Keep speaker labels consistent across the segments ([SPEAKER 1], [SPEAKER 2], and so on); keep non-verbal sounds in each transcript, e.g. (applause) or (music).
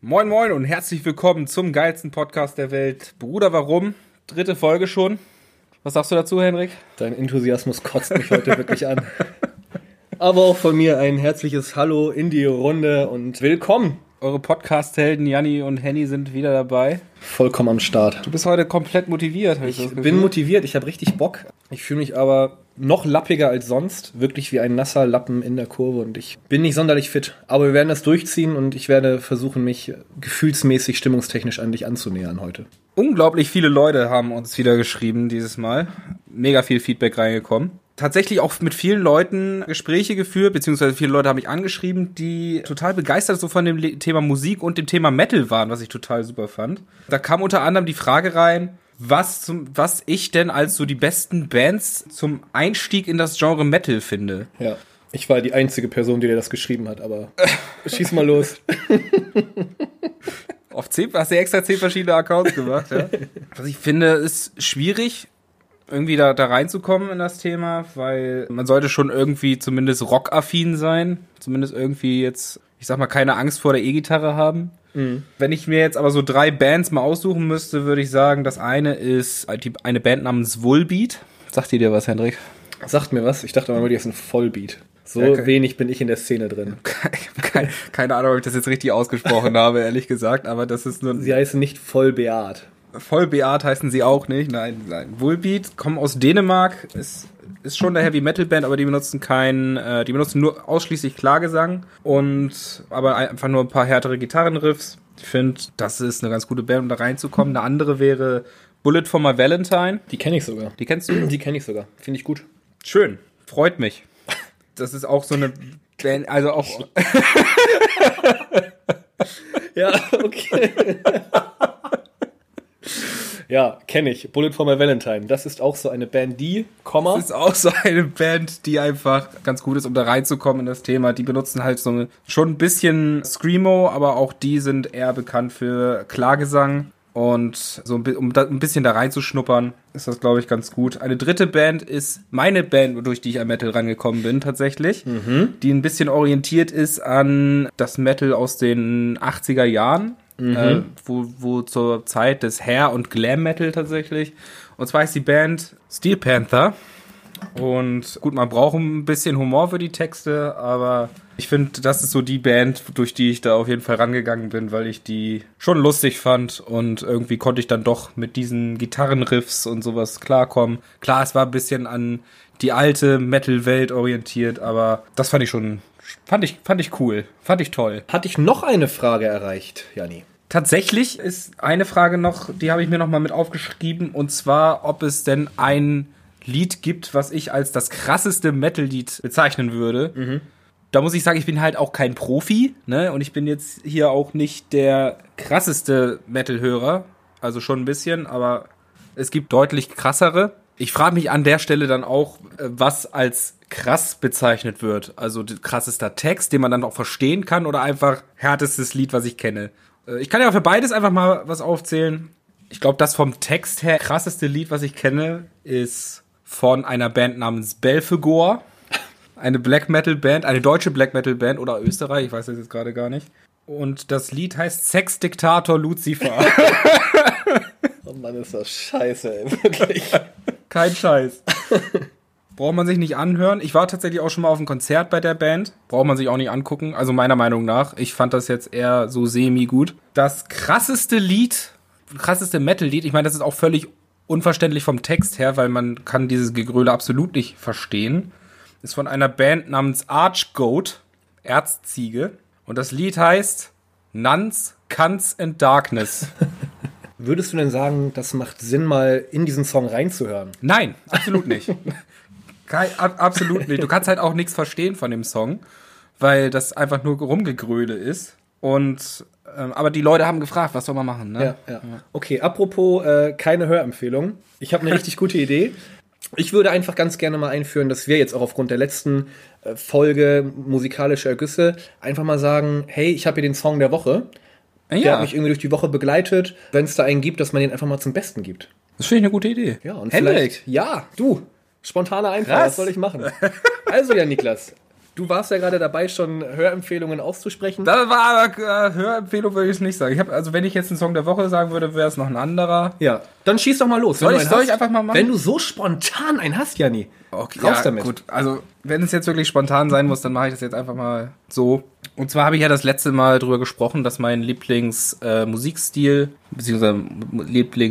[SPEAKER 1] Moin moin und herzlich willkommen zum geilsten Podcast der Welt. Bruder, warum? Dritte Folge schon. Was sagst du dazu, Henrik?
[SPEAKER 2] Dein Enthusiasmus kotzt mich heute wirklich an. Aber auch von mir ein herzliches Hallo in die Runde und willkommen.
[SPEAKER 1] Eure Podcast-Helden Janni und Henny sind wieder dabei.
[SPEAKER 2] Vollkommen am Start.
[SPEAKER 1] Du bist heute komplett motiviert, habe ich, das
[SPEAKER 2] Ich
[SPEAKER 1] Gefühl.
[SPEAKER 2] bin motiviert, ich habe richtig Bock. Ich fühle mich aber noch lappiger als sonst, wirklich wie ein nasser Lappen in der Kurve und ich bin nicht sonderlich fit. Aber wir werden das durchziehen und ich werde versuchen, mich gefühlsmäßig, stimmungstechnisch an dich anzunähern heute.
[SPEAKER 1] Unglaublich viele Leute haben uns wieder geschrieben dieses Mal. Mega viel Feedback reingekommen. Tatsächlich auch mit vielen Leuten Gespräche geführt, beziehungsweise viele Leute haben mich angeschrieben, die total begeistert so von dem Le- Thema Musik und dem Thema Metal waren, was ich total super fand. Da kam unter anderem die Frage rein, was, zum, was ich denn als so die besten Bands zum Einstieg in das Genre Metal finde.
[SPEAKER 2] Ja. Ich war die einzige Person, die dir das geschrieben hat, aber schieß
[SPEAKER 1] (laughs)
[SPEAKER 2] mal los.
[SPEAKER 1] Auf zehn, hast du extra zehn verschiedene Accounts gemacht, ja? (laughs) Was ich finde, ist schwierig, irgendwie da, da reinzukommen in das Thema, weil man sollte schon irgendwie zumindest rockaffin sein. Zumindest irgendwie jetzt, ich sag mal, keine Angst vor der E-Gitarre haben. Wenn ich mir jetzt aber so drei Bands mal aussuchen müsste, würde ich sagen, das eine ist die, eine Band namens Woolbeat. Sagt die dir was, Hendrik?
[SPEAKER 2] Sagt mir was, ich dachte mal, die ist ein Vollbeat. So
[SPEAKER 1] Ja, okay.
[SPEAKER 2] wenig bin ich in der Szene drin.
[SPEAKER 1] Ich hab Keine, keine Ahnung, ob ich das jetzt richtig ausgesprochen (laughs) habe, ehrlich gesagt, aber das ist nur
[SPEAKER 2] Sie heißen nicht Vollbeat.
[SPEAKER 1] Vollbeat heißen sie auch nicht. Nein, nein. Woolbeat kommen aus Dänemark. Ist, ist schon eine Heavy Metal Band, aber die benutzen keinen, äh, die benutzen nur ausschließlich Klagesang und aber ein- einfach nur ein paar härtere Gitarrenriffs. Ich finde, das ist eine ganz gute Band, um da reinzukommen. Eine andere wäre Bullet for My Valentine.
[SPEAKER 2] Die kenne ich sogar.
[SPEAKER 1] Die kennst du?
[SPEAKER 2] Die kenne ich sogar. Finde ich gut.
[SPEAKER 1] Schön. Freut mich. Das ist auch so eine Band, also auch
[SPEAKER 2] Ja, okay. (laughs) ja, kenne ich. Bullet for My Valentine. Das ist auch so eine Band, die, Komma.
[SPEAKER 1] ist auch so eine Band, die einfach ganz gut ist, um da reinzukommen in das Thema. Die benutzen halt so eine- schon ein bisschen Screamo, aber auch die sind eher bekannt für Klagesang. Und so ein, bi- um da, ein bisschen da reinzuschnuppern, ist das, glaube ich, ganz gut. Eine dritte Band ist meine Band, durch die ich an Metal rangekommen bin, tatsächlich. Die ein bisschen orientiert ist an das Metal aus den 80er Jahren. Äh, wo, wo zur Zeit des Hair- und Glam-Metal tatsächlich. Und zwar ist die Band Steel Panther. Und gut, man braucht ein bisschen Humor für die Texte, aber ich finde, das ist so die Band, durch die ich da auf jeden Fall rangegangen bin, weil ich die schon lustig fand und irgendwie konnte ich dann doch mit diesen Gitarrenriffs und sowas klarkommen. Klar, es war ein bisschen an die alte Metal-Welt orientiert, aber das fand ich schon, fand ich, fand ich cool, fand ich toll.
[SPEAKER 2] Hatte ich noch eine Frage erreicht, Janni?
[SPEAKER 1] Tatsächlich ist eine Frage noch, die habe ich mir noch mal mit aufgeschrieben, und zwar, ob es denn ein Lied gibt, was ich als das krasseste Metal-Lied bezeichnen würde. Da muss ich sagen, ich bin halt auch kein Profi, ne? Und ich bin jetzt hier auch nicht der krasseste Metal-Hörer. Also schon ein bisschen, aber es gibt deutlich krassere. Ich frage mich an der Stelle dann auch, äh, was als krass bezeichnet wird. Also d- krassester Text, den man dann auch verstehen kann oder einfach härtestes Lied, was ich kenne. Äh, Ich kann ja für beides einfach mal was aufzählen. Ich glaube, das vom Text her krasseste Lied, was ich kenne, ist von einer Band namens Belphegor. Eine Black Metal Band, eine deutsche Black Metal Band oder Österreich, ich weiß das jetzt gerade gar nicht. Und das Lied heißt Sexdiktator Lucifer.
[SPEAKER 2] Oh Mann, ist das scheiße, ey. Wirklich.
[SPEAKER 1] Kein Scheiß. Braucht man sich nicht anhören. Ich war tatsächlich auch schon mal auf einem Konzert bei der Band. Braucht man sich auch nicht angucken. Also meiner Meinung nach. Ich fand das jetzt eher so semi-gut. Das krasseste Lied, krasseste Metal-Lied, ich meine, das ist auch völlig unverständlich vom Text her, weil man kann dieses Gegröle absolut nicht verstehen, ist von einer Band namens Archgoat, Erzziege. Und das Lied heißt Nuns, Cunts and Darkness.
[SPEAKER 2] (laughs) Würdest du denn sagen, das macht Sinn, mal in diesen Song reinzuhören?
[SPEAKER 1] Nein, absolut nicht. (laughs) Kein, ab, absolut nicht. Du kannst halt auch nichts verstehen von dem Song, weil das einfach nur rumgegröle ist. Und ähm, aber die Leute haben gefragt, was soll man machen, ne?
[SPEAKER 2] Ja, ja. Okay, apropos äh, keine Hörempfehlung. Ich habe
[SPEAKER 1] (laughs)
[SPEAKER 2] eine richtig gute Idee. Ich würde einfach ganz gerne mal einführen, dass wir jetzt auch aufgrund der letzten äh, Folge musikalische Ergüsse einfach mal sagen, hey, ich habe hier den Song der Woche.
[SPEAKER 1] Ja,
[SPEAKER 2] Der hat mich irgendwie durch die Woche begleitet. Wenn es da einen gibt, dass man den einfach mal zum Besten gibt.
[SPEAKER 1] das finde ich eine gute Idee.
[SPEAKER 2] Ja, und
[SPEAKER 1] Hendrik,
[SPEAKER 2] vielleicht. Ja, du. Spontaner Einfall,
[SPEAKER 1] Krass.
[SPEAKER 2] was soll ich machen? Also, ja, Niklas. Du warst ja gerade dabei, schon Hörempfehlungen auszusprechen.
[SPEAKER 1] Das war aber äh, Hörempfehlung, würde ich es nicht sagen. Ich hab, also wenn ich jetzt einen Song der Woche sagen würde, wäre es noch ein anderer.
[SPEAKER 2] ja, dann schieß doch mal los.
[SPEAKER 1] Soll
[SPEAKER 2] wenn du
[SPEAKER 1] ich-
[SPEAKER 2] einen
[SPEAKER 1] soll
[SPEAKER 2] hast.
[SPEAKER 1] ich einfach mal machen?
[SPEAKER 2] Wenn du so spontan einen hast, Janni,
[SPEAKER 1] Okay,
[SPEAKER 2] raus
[SPEAKER 1] ja,
[SPEAKER 2] damit.
[SPEAKER 1] gut. Also, wenn es jetzt wirklich spontan sein muss, dann mache ich das jetzt einfach mal so. Und zwar habe ich ja das letzte Mal drüber gesprochen, dass mein Lieblings-Musikstil, beziehungsweise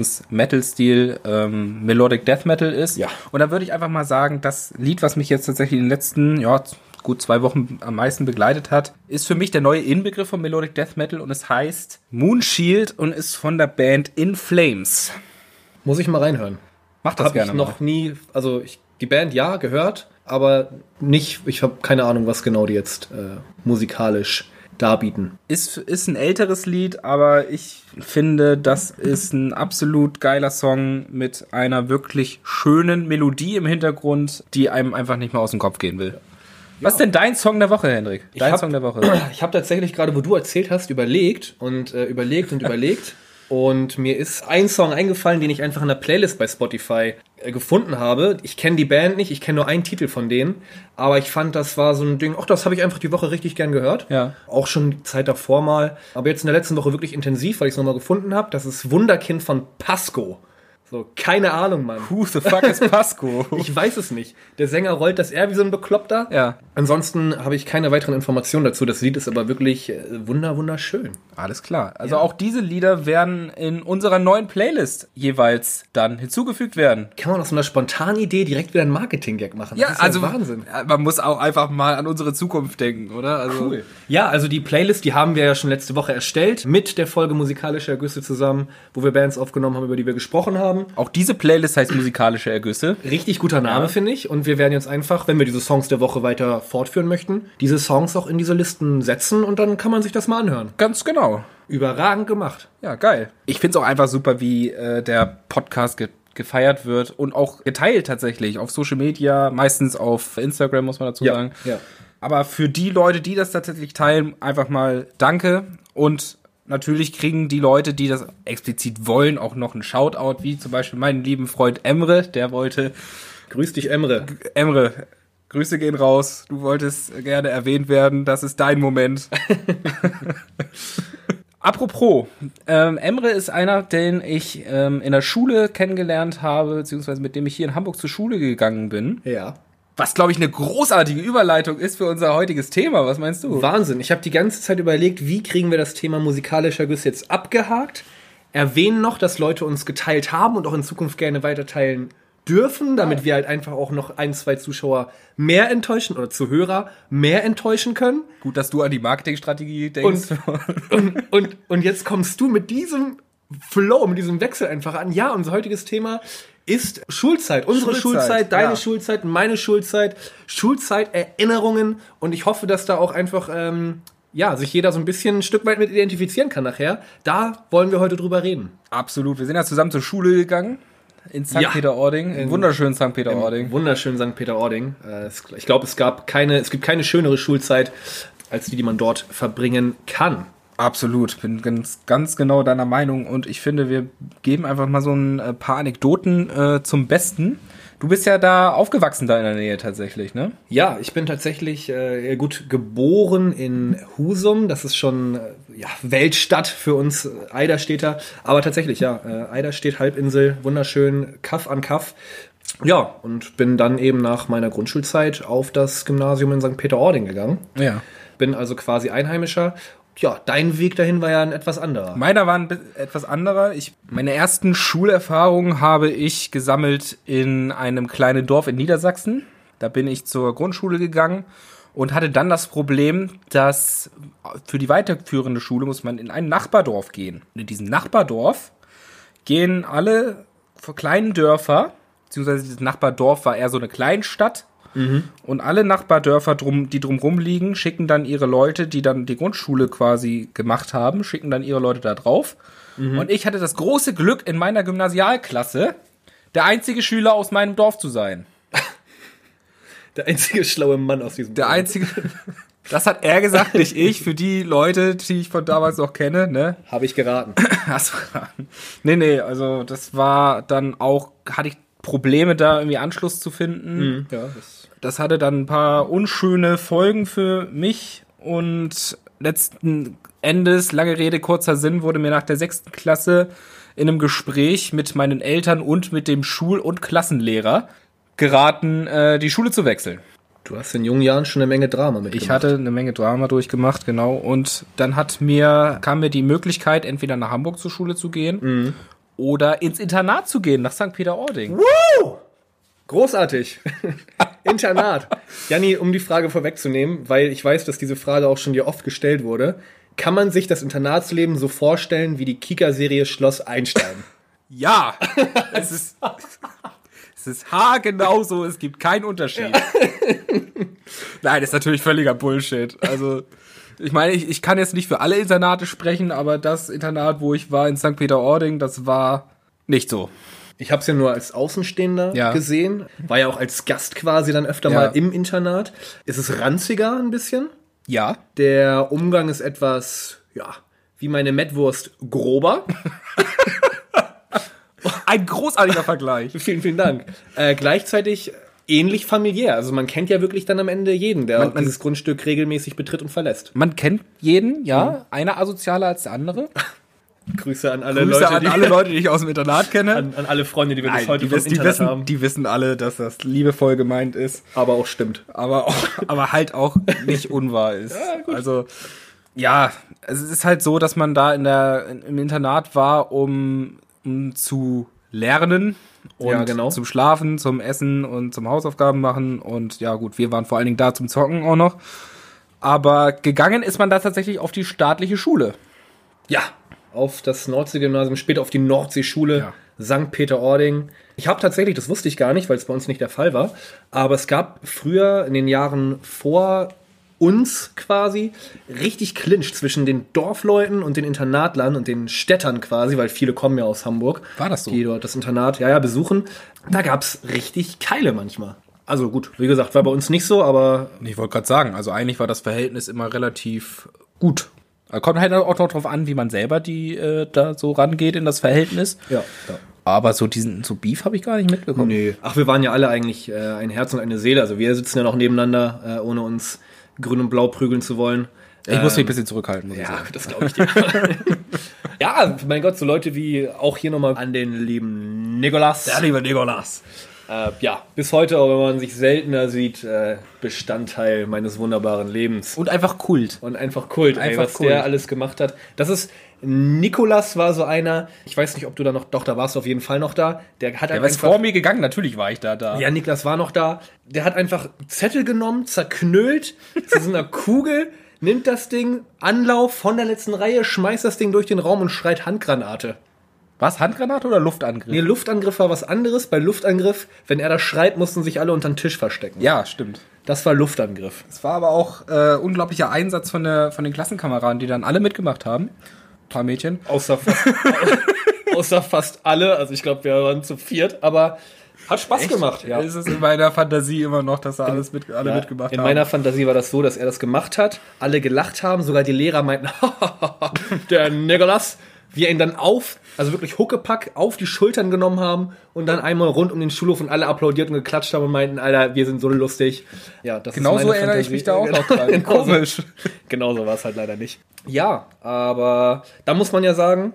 [SPEAKER 1] Lieblings-Metal-Stil ähm, Melodic Death Metal ist.
[SPEAKER 2] Ja.
[SPEAKER 1] Und da würde ich einfach mal sagen, das Lied, was mich jetzt tatsächlich in den letzten, ja, gut zwei Wochen am meisten begleitet hat, ist für mich der neue Inbegriff von Melodic Death Metal und es heißt Moonshield und ist von der Band In Flames.
[SPEAKER 2] Muss ich mal reinhören.
[SPEAKER 1] Mach das
[SPEAKER 2] Habe
[SPEAKER 1] gerne
[SPEAKER 2] ich noch nie, also ich, die Band ja gehört, aber nicht, ich habe keine Ahnung, was genau die jetzt äh, musikalisch darbieten.
[SPEAKER 1] Ist, ist ein älteres Lied, aber ich finde, das ist ein absolut geiler Song mit einer wirklich schönen Melodie im Hintergrund, die einem einfach nicht mehr aus dem Kopf gehen will. Was ist denn dein Song der Woche, Hendrik? Dein
[SPEAKER 2] hab-
[SPEAKER 1] Song der Woche.
[SPEAKER 2] Ich habe tatsächlich gerade, wo du erzählt hast, überlegt und äh, überlegt und überlegt. Und mir ist ein Song eingefallen, den ich einfach in der Playlist bei Spotify äh, gefunden habe. Ich kenne die Band nicht, ich kenne nur einen Titel von denen. Aber ich fand, das war so ein Ding, ach, das habe ich einfach die Woche richtig gern gehört.
[SPEAKER 1] Ja.
[SPEAKER 2] Auch schon die Zeit davor mal. Aber jetzt in der letzten Woche wirklich intensiv, weil ich es nochmal gefunden habe. Das ist Wunderkind von Pasco. So, keine Ahnung, Mann.
[SPEAKER 1] (coughs) Who the fuck is Pasco?
[SPEAKER 2] Ich weiß es nicht. Der Sänger rollt das R wie so ein Bekloppter.
[SPEAKER 1] Ja.
[SPEAKER 2] Ansonsten habe ich keine weiteren Informationen dazu. Das Lied ist aber wirklich äh, wunder, wunderschön.
[SPEAKER 1] Alles klar. Also auch diese Lieder werden in unserer neuen Playlist jeweils dann hinzugefügt werden.
[SPEAKER 2] Kann man aus so einer spontanen Idee direkt wieder einen Marketing-Gag machen?
[SPEAKER 1] Ja,
[SPEAKER 2] das ist
[SPEAKER 1] also
[SPEAKER 2] Wahnsinn.
[SPEAKER 1] Man muss auch einfach mal an unsere Zukunft denken, oder? Also
[SPEAKER 2] Cool. Ja, also die Playlist, die haben wir ja schon letzte Woche erstellt, mit der Folge Musikalische Ergüsse zusammen, wo wir Bands aufgenommen haben, über die wir gesprochen haben.
[SPEAKER 1] Auch diese Playlist heißt musikalische Ergüsse.
[SPEAKER 2] Richtig guter Name, finde ich. Und wir werden jetzt einfach, wenn wir diese Songs der Woche weiter fortführen möchten, diese Songs auch in diese Listen setzen und dann kann man sich das mal anhören.
[SPEAKER 1] Ganz genau.
[SPEAKER 2] Überragend gemacht.
[SPEAKER 1] Ja, geil. Ich find's auch einfach super, wie äh, der Podcast ge gefeiert wird und auch geteilt tatsächlich auf Social Media, meistens auf Instagram, muss man dazu sagen.
[SPEAKER 2] ja.
[SPEAKER 1] Aber für die Leute, die das tatsächlich teilen, einfach mal danke. Und natürlich kriegen die Leute, die das explizit wollen, auch noch einen Shoutout, wie zum Beispiel meinen lieben Freund Emre, der wollte.
[SPEAKER 2] Grüß dich, Emre.
[SPEAKER 1] Emre, Grüße gehen raus. Du wolltest gerne erwähnt werden. Das ist dein Moment. (laughs) Apropos, ähm, Emre ist einer, den ich ähm, in der Schule kennengelernt habe, beziehungsweise mit dem ich hier in Hamburg zur Schule gegangen bin.
[SPEAKER 2] Ja.
[SPEAKER 1] Was, glaube ich, eine großartige Überleitung ist für unser heutiges Thema. Was meinst du?
[SPEAKER 2] Wahnsinn. Ich habe die ganze Zeit überlegt, wie kriegen wir das Thema musikalischer Güsse jetzt abgehakt? Erwähnen noch, dass Leute uns geteilt haben und auch in Zukunft gerne weiter teilen dürfen, damit wir halt einfach auch noch ein, zwei Zuschauer mehr enttäuschen oder Zuhörer mehr enttäuschen können.
[SPEAKER 1] Gut, dass du an die Marketingstrategie denkst.
[SPEAKER 2] Und, und, und jetzt kommst du mit diesem Flow, mit diesem Wechsel einfach an. Ja, unser heutiges Thema ist Schulzeit. Unsere Schulzeit,
[SPEAKER 1] Schulzeit,
[SPEAKER 2] deine
[SPEAKER 1] ja.
[SPEAKER 2] Schulzeit, meine Schulzeit, Schulzeiterinnerungen. Und ich hoffe, dass da auch einfach, ähm, ja, sich jeder so ein bisschen ein Stück weit mit identifizieren kann nachher. Da wollen wir heute drüber reden.
[SPEAKER 1] (laughs) Absolut. Wir sind ja zusammen zur Schule gegangen. In St.
[SPEAKER 2] Ja.
[SPEAKER 1] Peter-Ording. Im wunderschönen St. Peter-Ording.
[SPEAKER 2] Wunderschön St. Peter-Ording. Äh, es- Ich glaube, es gab keine, es gibt keine schönere Schulzeit als die, die man dort verbringen kann.
[SPEAKER 1] Absolut, bin ganz, ganz genau deiner Meinung und ich finde, wir geben einfach mal so ein äh, paar Anekdoten äh, zum Besten. Du bist ja da aufgewachsen da in der Nähe tatsächlich, ne?
[SPEAKER 2] Ja, ich bin tatsächlich äh, ja gut geboren in Husum. Das ist schon äh, ja, Weltstadt für uns äh, Eiderstädter. Aber tatsächlich, ja, äh, Eiderstedt, Halbinsel, wunderschön, Kaff an Kaff. Ja, und bin dann eben nach meiner Grundschulzeit auf das Gymnasium in St. Peter-Ording gegangen.
[SPEAKER 1] Ja.
[SPEAKER 2] Bin also quasi Einheimischer. Ja, dein Weg dahin war ja ein etwas anderer.
[SPEAKER 1] Meiner war ein bi- etwas anderer. Ich, meine ersten Schulerfahrungen habe ich gesammelt in einem kleinen Dorf in Niedersachsen. Da bin ich zur Grundschule gegangen und hatte dann das Problem, dass für die weiterführende Schule muss man in ein Nachbardorf gehen. Und in diesem Nachbardorf gehen alle kleinen Dörfer, beziehungsweise dieses Nachbardorf war eher so eine Kleinstadt, und alle Nachbardörfer, drum, die drumrum liegen, schicken dann ihre Leute, die dann die Grundschule quasi gemacht haben, schicken dann ihre Leute da drauf. Und ich hatte das große Glück, in meiner Gymnasialklasse der einzige Schüler aus meinem Dorf zu sein.
[SPEAKER 2] Der einzige (laughs) schlaue Mann aus diesem
[SPEAKER 1] Der einzige. (laughs) Das hat er gesagt, nicht ich. Für die Leute, die ich von damals noch kenne, ne?
[SPEAKER 2] Habe
[SPEAKER 1] (laughs)
[SPEAKER 2] ich geraten.
[SPEAKER 1] Hast du- nee, nee, also das war dann auch, hatte ich Probleme da irgendwie Anschluss zu finden.
[SPEAKER 2] ja, das
[SPEAKER 1] Das hatte dann ein paar unschöne Folgen für mich und letzten Endes, lange Rede, kurzer Sinn, wurde mir nach der sechsten Klasse in einem Gespräch mit meinen Eltern und mit dem Schul- und Klassenlehrer geraten, äh, die Schule zu wechseln.
[SPEAKER 2] Du hast in jungen Jahren schon eine Menge Drama mitgemacht.
[SPEAKER 1] Ich hatte eine Menge Drama durchgemacht, genau. Und dann hat mir, kam mir die Möglichkeit, entweder nach Hamburg zur Schule zu gehen oder ins Internat zu gehen, nach St. Peter-Ording.
[SPEAKER 2] Woo! Großartig. (laughs) Internat. Janni, um die Frage vorwegzunehmen, weil ich weiß, dass diese Frage auch schon dir oft gestellt wurde. Kann man sich das Internatsleben so vorstellen wie die Kika-Serie
[SPEAKER 1] (laughs)
[SPEAKER 2] Schloss Einstein?
[SPEAKER 1] Ja, es ist, es ist haargenau so, es gibt keinen Unterschied. Nein, das ist natürlich völliger Bullshit. Also, ich meine, ich, ich kann jetzt nicht für alle Internate sprechen, aber das Internat, wo ich war in St. Peter-Ording, das war nicht so.
[SPEAKER 2] Ich habe es ja nur als Außenstehender
[SPEAKER 1] Ja.
[SPEAKER 2] gesehen. War ja auch als Gast quasi dann öfter
[SPEAKER 1] Ja.
[SPEAKER 2] mal im Internat. Es ist ranziger ein bisschen.
[SPEAKER 1] Ja.
[SPEAKER 2] Der Umgang ist etwas, ja, wie meine Mettwurst grober.
[SPEAKER 1] Ein großartiger Vergleich.
[SPEAKER 2] vielen, vielen Dank. Äh, gleichzeitig ähnlich familiär. Also man kennt ja wirklich dann am Ende jeden, der
[SPEAKER 1] man-
[SPEAKER 2] dieses Grundstück regelmäßig betritt und verlässt.
[SPEAKER 1] Man kennt jeden, ja. Einer asozialer als der andere.
[SPEAKER 2] Grüße an alle
[SPEAKER 1] Hm. Grüße
[SPEAKER 2] Leute,
[SPEAKER 1] an
[SPEAKER 2] die, (laughs)
[SPEAKER 1] alle Leute, die ich aus dem Internat kenne.
[SPEAKER 2] an, an alle Freunde, die wir bis
[SPEAKER 1] Nein,
[SPEAKER 2] heute
[SPEAKER 1] die,
[SPEAKER 2] vom
[SPEAKER 1] wissen, die,
[SPEAKER 2] Internet
[SPEAKER 1] wissen,
[SPEAKER 2] haben.
[SPEAKER 1] die wissen alle, dass das liebevoll gemeint ist,
[SPEAKER 2] Aber auch stimmt.
[SPEAKER 1] aber,
[SPEAKER 2] (laughs)
[SPEAKER 1] auch, aber halt auch nicht unwahr ist. Also ja, es ist halt so, dass man da in der, im Internat war, um, um zu lernen und
[SPEAKER 2] Ja, genau.
[SPEAKER 1] zum Schlafen, zum Essen und zum Hausaufgaben machen. Und ja gut, wir waren vor allen Dingen da zum Zocken auch noch. Aber gegangen ist man da tatsächlich auf die staatliche Schule.
[SPEAKER 2] Ja. Auf das Nordseegymnasium, später auf die Nordseeschule, St. Peter-Ording. Ich habe tatsächlich, das wusste ich gar nicht, weil es bei uns nicht der Fall war, aber es gab früher in den Jahren vor uns quasi richtig Clinch zwischen den Dorfleuten und den Internatlern und den Städtern quasi, weil viele kommen ja aus Hamburg.
[SPEAKER 1] War das so?
[SPEAKER 2] Die dort das Internat, ja, ja, besuchen. Da gab's richtig Keile manchmal. Also gut, wie gesagt, war bei uns nicht so, aber
[SPEAKER 1] Ich wollte gerade sagen, also eigentlich war das Verhältnis immer relativ gut. Da kommt halt auch noch drauf an, wie man selber die äh, da so rangeht in das Verhältnis.
[SPEAKER 2] ja, ja.
[SPEAKER 1] Aber so diesen so Beef habe ich gar nicht mitbekommen.
[SPEAKER 2] Nee. Ach, wir waren ja alle eigentlich äh, ein Herz und eine Seele. Also wir sitzen ja noch nebeneinander, äh, ohne uns grün und blau prügeln zu wollen. Äh,
[SPEAKER 1] Ich muss mich ein bisschen zurückhalten, muss ich sagen.
[SPEAKER 2] das glaube ich dir. (laughs) ja, mein Gott, so Leute wie auch hier nochmal an den lieben Nikolas.
[SPEAKER 1] lieber Nikolas.
[SPEAKER 2] Äh, ja, bis heute, auch wenn man sich seltener sieht, äh, Bestandteil meines wunderbaren Lebens.
[SPEAKER 1] Und einfach Kult.
[SPEAKER 2] Und einfach Kult, ey,
[SPEAKER 1] Einfach
[SPEAKER 2] was
[SPEAKER 1] Kult.
[SPEAKER 2] der alles gemacht hat. Das ist, Nikolas war so einer, ich weiß nicht, ob du da noch, doch, da warst du auf jeden Fall noch da. Der hat
[SPEAKER 1] Er
[SPEAKER 2] halt
[SPEAKER 1] ist vor mir gegangen, natürlich war ich da da.
[SPEAKER 2] Ja, Niklas war noch da. Der hat einfach Zettel genommen, zerknüllt zu so (laughs) einer Kugel, nimmt das Ding, Anlauf von der letzten Reihe, schmeißt das Ding durch den Raum und schreit Handgranate.
[SPEAKER 1] Was, Handgranate oder Luftangriff?
[SPEAKER 2] Nee, Luftangriff war was anderes. Bei Luftangriff, wenn er das schreit, mussten sich alle unter den Tisch verstecken.
[SPEAKER 1] Ja, stimmt.
[SPEAKER 2] Das war Luftangriff.
[SPEAKER 1] Es war aber auch äh, unglaublicher Einsatz von, der, von den Klassenkameraden, die dann alle mitgemacht haben. Ein paar Mädchen.
[SPEAKER 2] Außer (laughs) fast, außer fast alle. Also ich glaube, wir waren zu viert, aber hat Spaß gemacht.
[SPEAKER 1] Ja. Ist es in meiner Fantasie immer noch, dass da alles mit, alle
[SPEAKER 2] Ja,
[SPEAKER 1] mitgemacht
[SPEAKER 2] in
[SPEAKER 1] haben.
[SPEAKER 2] meiner Fantasie war das so, dass er das gemacht hat, alle gelacht haben, sogar die Lehrer meinten, (laughs) der Nikolas, wir ihn dann auf, also wirklich Huckepack auf die Schultern genommen haben und dann einmal rund um den Schulhof und alle applaudiert und geklatscht haben und meinten, Alter, wir sind so lustig. Ja, das
[SPEAKER 1] Genau
[SPEAKER 2] ist
[SPEAKER 1] so
[SPEAKER 2] meine
[SPEAKER 1] erinnere ich
[SPEAKER 2] Fantasie.
[SPEAKER 1] mich da auch noch dran.
[SPEAKER 2] (laughs) Genau so-
[SPEAKER 1] Komisch.
[SPEAKER 2] Genau so war es halt leider nicht. Ja, aber da muss man ja sagen,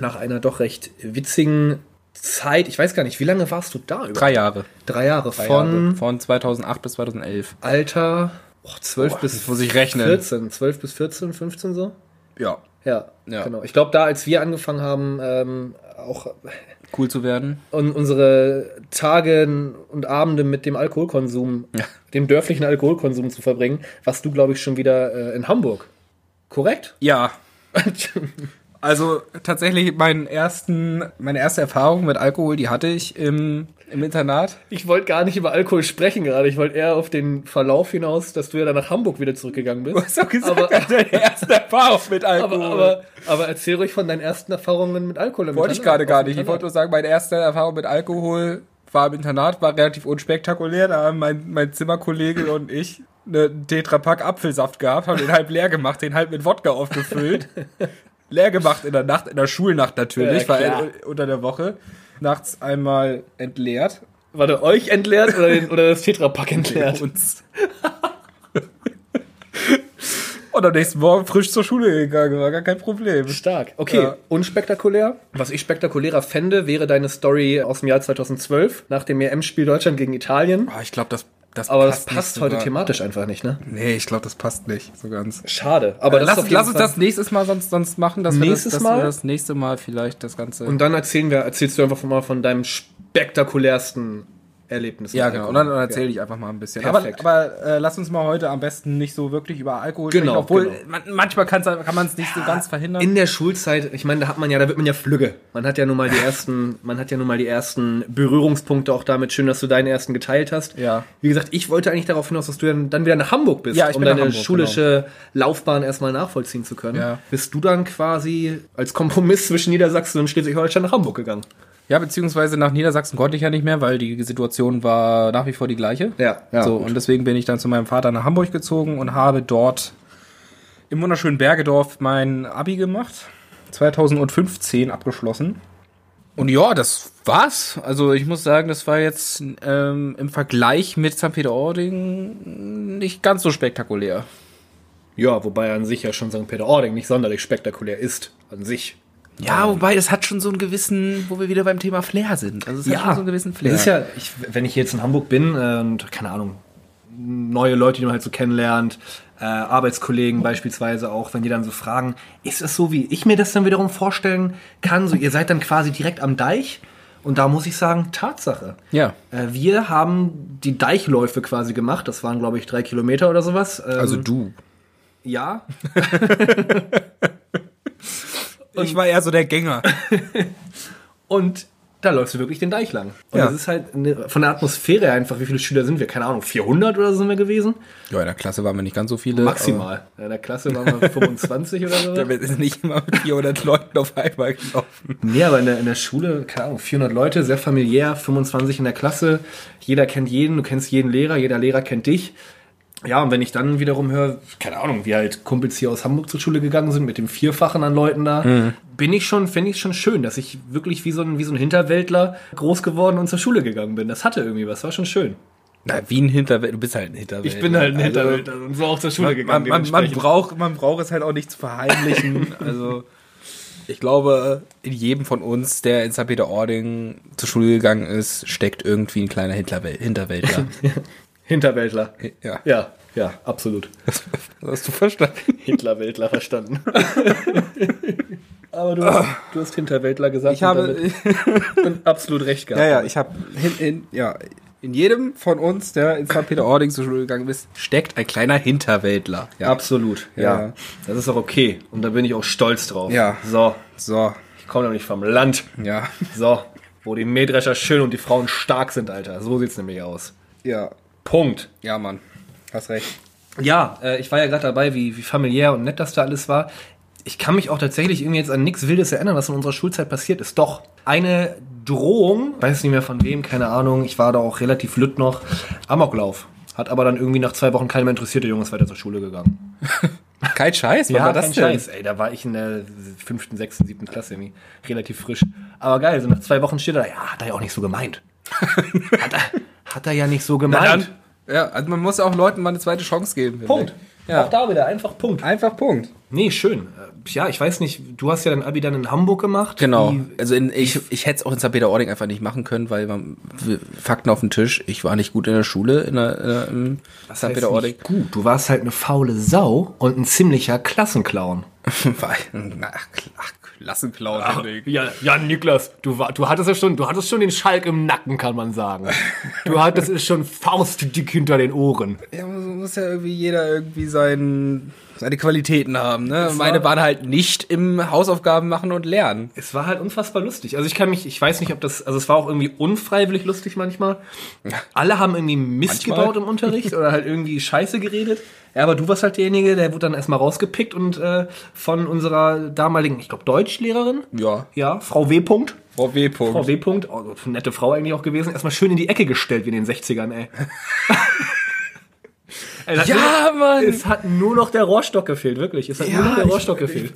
[SPEAKER 2] nach einer doch recht witzigen Zeit, ich weiß gar nicht, wie lange warst du da? Über
[SPEAKER 1] Drei Jahre.
[SPEAKER 2] Drei Jahre
[SPEAKER 1] Drei
[SPEAKER 2] von
[SPEAKER 1] Jahre. von 2008 bis 2011.
[SPEAKER 2] Alter, oh, 12 bis
[SPEAKER 1] jetzt muss ich rechnen.
[SPEAKER 2] 14, 12 bis 14, 15 so.
[SPEAKER 1] Ja.
[SPEAKER 2] Ja,
[SPEAKER 1] Ja.
[SPEAKER 2] genau. Ich glaube, da, als wir angefangen haben, ähm, auch
[SPEAKER 1] Cool zu werden.
[SPEAKER 2] un unsere Tage und Abende mit dem Alkoholkonsum, dem dörflichen Alkoholkonsum zu verbringen, warst du, glaube ich, schon wieder äh, in Hamburg. Korrekt?
[SPEAKER 1] Ja. Also tatsächlich meinen ersten, meine erste Erfahrung mit Alkohol, die hatte ich im, im Internat.
[SPEAKER 2] (laughs) ich wollte gar nicht über Alkohol sprechen gerade. Ich wollte eher auf den Verlauf hinaus, dass du ja dann nach Hamburg wieder zurückgegangen bist.
[SPEAKER 1] hast doch gesagt,
[SPEAKER 2] Aber-
[SPEAKER 1] deine erste Erfahrung mit
[SPEAKER 2] Aber, aber, aber erzähl ruhig von deinen ersten Erfahrungen mit Alkohol. im
[SPEAKER 1] wollte ich
[SPEAKER 2] Internat,
[SPEAKER 1] gerade gar
[SPEAKER 2] auf dem
[SPEAKER 1] nicht. Ich
[SPEAKER 2] Internat.
[SPEAKER 1] wollte nur sagen, meine erste Erfahrung mit Alkohol war im Internat, war relativ unspektakulär. Da haben mein, mein Zimmerkollege und ich ne, einen Tetrapack Apfelsaft gehabt, haben den halb leer gemacht, den halb mit Wodka aufgefüllt. (laughs) leer gemacht in der Nacht, in der Schulnacht natürlich,
[SPEAKER 2] Ja, klar.
[SPEAKER 1] weil unter der Woche nachts einmal entleert
[SPEAKER 2] Warte, euch entleert oder, den, oder das (laughs) Tetrapack entleert?
[SPEAKER 1] Uns. Und am nächsten Morgen frisch zur Schule gegangen, war gar kein Problem.
[SPEAKER 2] Stark. Okay,
[SPEAKER 1] Ja.
[SPEAKER 2] unspektakulär. Was ich spektakulärer fände, wäre deine Story aus dem Jahr 2012 nach dem EM-Spiel Deutschland gegen Italien.
[SPEAKER 1] Ah, ich glaube, das, das
[SPEAKER 2] Aber das passt
[SPEAKER 1] nicht
[SPEAKER 2] heute
[SPEAKER 1] sogar.
[SPEAKER 2] thematisch einfach nicht, ne?
[SPEAKER 1] Nee, ich glaube, das passt nicht so ganz.
[SPEAKER 2] Schade. Aber
[SPEAKER 1] Äh,
[SPEAKER 2] das
[SPEAKER 1] lass
[SPEAKER 2] ist auf jeden
[SPEAKER 1] lass uns
[SPEAKER 2] Fall-
[SPEAKER 1] das nächstes Mal sonst, sonst machen, dass,
[SPEAKER 2] Nächstes
[SPEAKER 1] wir das, dass
[SPEAKER 2] Mal?
[SPEAKER 1] wir das nächste Mal vielleicht das Ganze.
[SPEAKER 2] Und dann erzählen wir, erzählst du einfach mal von deinem spektakulärsten Erlebnis.
[SPEAKER 1] ja, genau. Und dann, dann erzähle ich einfach mal ein bisschen.
[SPEAKER 2] Perfekt.
[SPEAKER 1] Aber, aber äh, lass uns mal heute am besten nicht so wirklich über Alkohol
[SPEAKER 2] Genau,
[SPEAKER 1] sprechen, obwohl
[SPEAKER 2] genau.
[SPEAKER 1] man, manchmal kann's, kann man es nicht so ganz verhindern.
[SPEAKER 2] In der Schulzeit, ich meine, da hat man ja, da wird man ja flügge. Man hat ja nun
[SPEAKER 1] (laughs)
[SPEAKER 2] mal die ersten, man hat ja nun mal die ersten Berührungspunkte auch damit. Schön, dass du deinen ersten geteilt hast.
[SPEAKER 1] Ja.
[SPEAKER 2] Wie gesagt, ich wollte eigentlich darauf hinaus, dass du dann, dann wieder nach Hamburg bist,
[SPEAKER 1] Ja, ich
[SPEAKER 2] um
[SPEAKER 1] bin nach
[SPEAKER 2] deine
[SPEAKER 1] Hamburg, genau.
[SPEAKER 2] schulische Laufbahn erstmal nachvollziehen zu können.
[SPEAKER 1] Ja.
[SPEAKER 2] Bist du dann quasi als Kompromiss zwischen Niedersachsen und Schleswig-Holstein nach Hamburg gegangen?
[SPEAKER 1] ja, beziehungsweise nach Niedersachsen konnte ich ja nicht mehr, weil die Situation war nach wie vor die gleiche.
[SPEAKER 2] Ja, ja,
[SPEAKER 1] So,
[SPEAKER 2] gut.
[SPEAKER 1] und deswegen bin ich dann zu meinem Vater nach Hamburg gezogen und habe dort im wunderschönen Bergedorf mein Abi gemacht. 2015 abgeschlossen. Und ja, das war's. Also ich muss sagen, das war jetzt ähm, im Vergleich mit St. Peter-Ording nicht ganz so spektakulär.
[SPEAKER 2] Ja, wobei an sich ja schon St. Peter-Ording nicht sonderlich spektakulär ist. An sich.
[SPEAKER 1] Ja, wobei, es hat schon so einen gewissen, wo wir wieder beim Thema Flair sind. Also es hat schon so einen gewissen Flair.
[SPEAKER 2] Das ist ja, ich, wenn ich jetzt in Hamburg bin äh, und keine Ahnung, neue Leute, die man halt so kennenlernt, äh, Arbeitskollegen beispielsweise auch, wenn die dann so fragen, ist das so, wie ich mir das dann wiederum vorstellen kann? So, ihr seid dann quasi direkt am Deich und da muss ich sagen, Tatsache.
[SPEAKER 1] Ja.
[SPEAKER 2] Äh, wir haben die Deichläufe quasi gemacht. Das waren, glaube ich, drei Kilometer oder sowas. Ähm,
[SPEAKER 1] Also du.
[SPEAKER 2] ja.
[SPEAKER 1] Ich war eher so der Gänger.
[SPEAKER 2] Und da läufst du wirklich den Deich lang. Und
[SPEAKER 1] Ja.
[SPEAKER 2] das ist halt eine, von der Atmosphäre her einfach, wie viele Schüler sind wir? Keine Ahnung, 400 oder so sind wir gewesen?
[SPEAKER 1] Ja, in der Klasse waren wir nicht ganz so viele.
[SPEAKER 2] Maximal. In der Klasse waren wir 25 oder (laughs) so.
[SPEAKER 1] aber Wir sind (laughs) nicht immer mit 400 Leuten auf einmal gelaufen.
[SPEAKER 2] Nee, aber in der, in der Schule, keine Ahnung, 400 Leute, sehr familiär, 25 in der Klasse. Jeder kennt jeden, du kennst jeden Lehrer, jeder Lehrer kennt dich. Ja, und wenn ich dann wiederum höre, keine Ahnung, wie halt Kumpels hier aus Hamburg zur Schule gegangen sind, mit dem Vierfachen an Leuten da, bin ich schon, finde ich schon schön, dass ich wirklich wie so, ein, wie so ein Hinterwäldler groß geworden und zur Schule gegangen bin. Das hatte irgendwie was, war schon schön.
[SPEAKER 1] Na, wie ein Hinterwäldler. Du bist halt ein Hinterwäldler.
[SPEAKER 2] Ich bin halt ein
[SPEAKER 1] Also,
[SPEAKER 2] Hinterwäldler und so auch zur Schule
[SPEAKER 1] Man,
[SPEAKER 2] gegangen.
[SPEAKER 1] man, man,
[SPEAKER 2] dementsprechend.
[SPEAKER 1] braucht, man braucht es halt auch nicht zu
[SPEAKER 2] (laughs)
[SPEAKER 1] verheimlichen. also, ich glaube, in jedem von uns, der in St. Peter-Ording zur Schule gegangen ist, steckt irgendwie ein kleiner Hinterwäl-
[SPEAKER 2] (laughs)
[SPEAKER 1] Hinterwäldler.
[SPEAKER 2] Hinterwäldler.
[SPEAKER 1] ja.
[SPEAKER 2] Ja, ja, absolut.
[SPEAKER 1] Das hast du verstanden.
[SPEAKER 2] Hitlerwäldler verstanden. (laughs) Aber du hast, du hast Hinterwäldler gesagt.
[SPEAKER 1] Ich habe,
[SPEAKER 2] und absolut recht gehabt.
[SPEAKER 1] (laughs) Ja, ja, ich habe in, in, ja, in jedem von uns, der in St. Peter-Ording zur Schule gegangen ist, steckt ein kleiner Hinterwäldler. Ja.
[SPEAKER 2] Absolut, ja.
[SPEAKER 1] Ja.
[SPEAKER 2] Das ist auch okay. Und da bin ich auch stolz drauf.
[SPEAKER 1] Ja.
[SPEAKER 2] So,
[SPEAKER 1] So,
[SPEAKER 2] ich komme nämlich vom Land.
[SPEAKER 1] ja,
[SPEAKER 2] So, wo die Mähdrescher schön und die Frauen stark sind, Alter. So sieht's nämlich aus.
[SPEAKER 1] ja,
[SPEAKER 2] Punkt.
[SPEAKER 1] ja, Mann, hast recht.
[SPEAKER 2] Ja, äh, ich war ja gerade dabei, wie, wie familiär und nett das da alles war. Ich kann mich auch tatsächlich irgendwie jetzt an nichts Wildes erinnern, was in unserer Schulzeit passiert ist. Doch, eine Drohung, weiß nicht mehr von wem, keine Ahnung, ich war da auch relativ lütt noch, Amoklauf. Hat aber dann irgendwie nach zwei Wochen keiner mehr interessiert, der Junge ist weiter zur Schule gegangen.
[SPEAKER 1] Kein Scheiß, wann war das
[SPEAKER 2] kein
[SPEAKER 1] denn?
[SPEAKER 2] Scheiß, ey, da war ich in der fünften, sechsten, siebten Klasse irgendwie, relativ frisch. Aber geil, so nach zwei Wochen steht er da, ja, hat er ja auch nicht so gemeint. hat, er, hat er ja nicht so gemeint.
[SPEAKER 1] Ja, also man muss auch Leuten mal eine zweite Chance geben.
[SPEAKER 2] Punkt.
[SPEAKER 1] Ja.
[SPEAKER 2] Auch da wieder, einfach Punkt.
[SPEAKER 1] Einfach Punkt.
[SPEAKER 2] Nee, schön. Äh, Ja, ich weiß nicht, du hast ja dein Abi dann in Hamburg gemacht.
[SPEAKER 1] Genau.
[SPEAKER 2] Wie-
[SPEAKER 1] Also in, ich, ich hätte es auch in St. Peter-Ording einfach nicht machen können, weil man, Fakten auf den Tisch, ich war nicht gut in der Schule in, der, in, der, in
[SPEAKER 2] Das
[SPEAKER 1] St. (laughs)
[SPEAKER 2] heißt
[SPEAKER 1] Peter-Ording.
[SPEAKER 2] nicht gut, du warst halt eine faule Sau und ein ziemlicher Klassenclown.
[SPEAKER 1] Weil- Ach, ach, Klassenclown. Henrik.
[SPEAKER 2] Ja, ja, Niklas, du, war, du hattest ja schon, du hattest schon den Schalk im Nacken, kann man sagen. Du hattest es schon faustdick hinter den Ohren.
[SPEAKER 1] Ja, muss, muss ja irgendwie jeder irgendwie sein, seine Qualitäten haben, ne? Meine waren halt nicht im Hausaufgaben machen und lernen.
[SPEAKER 2] Es war halt unfassbar lustig. Also ich kann mich, ich weiß nicht, ob das, also es war auch irgendwie unfreiwillig lustig manchmal. Alle haben irgendwie Mist
[SPEAKER 1] Manchmal.
[SPEAKER 2] gebaut im Unterricht oder halt irgendwie Scheiße geredet. Ja, aber du warst halt derjenige, der wurde dann erstmal rausgepickt und äh, von unserer damaligen, ich glaube, Deutschlehrerin,
[SPEAKER 1] Ja. Oh,
[SPEAKER 2] ja, Frau W. -Punkt,
[SPEAKER 1] Frau W. Punkt.
[SPEAKER 2] Frau W. -Punkt, also eine nette Frau eigentlich auch gewesen, erstmal schön in die Ecke gestellt wie in den
[SPEAKER 1] (laughs)
[SPEAKER 2] 60ern, ey. Ey,
[SPEAKER 1] Also,
[SPEAKER 2] das hat nur-
[SPEAKER 1] Ja, Mann!
[SPEAKER 2] Es hat nur noch der Rohrstock gefehlt, wirklich. Es hat
[SPEAKER 1] Ja,
[SPEAKER 2] nur noch der
[SPEAKER 1] ich-
[SPEAKER 2] Rohrstock gefehlt.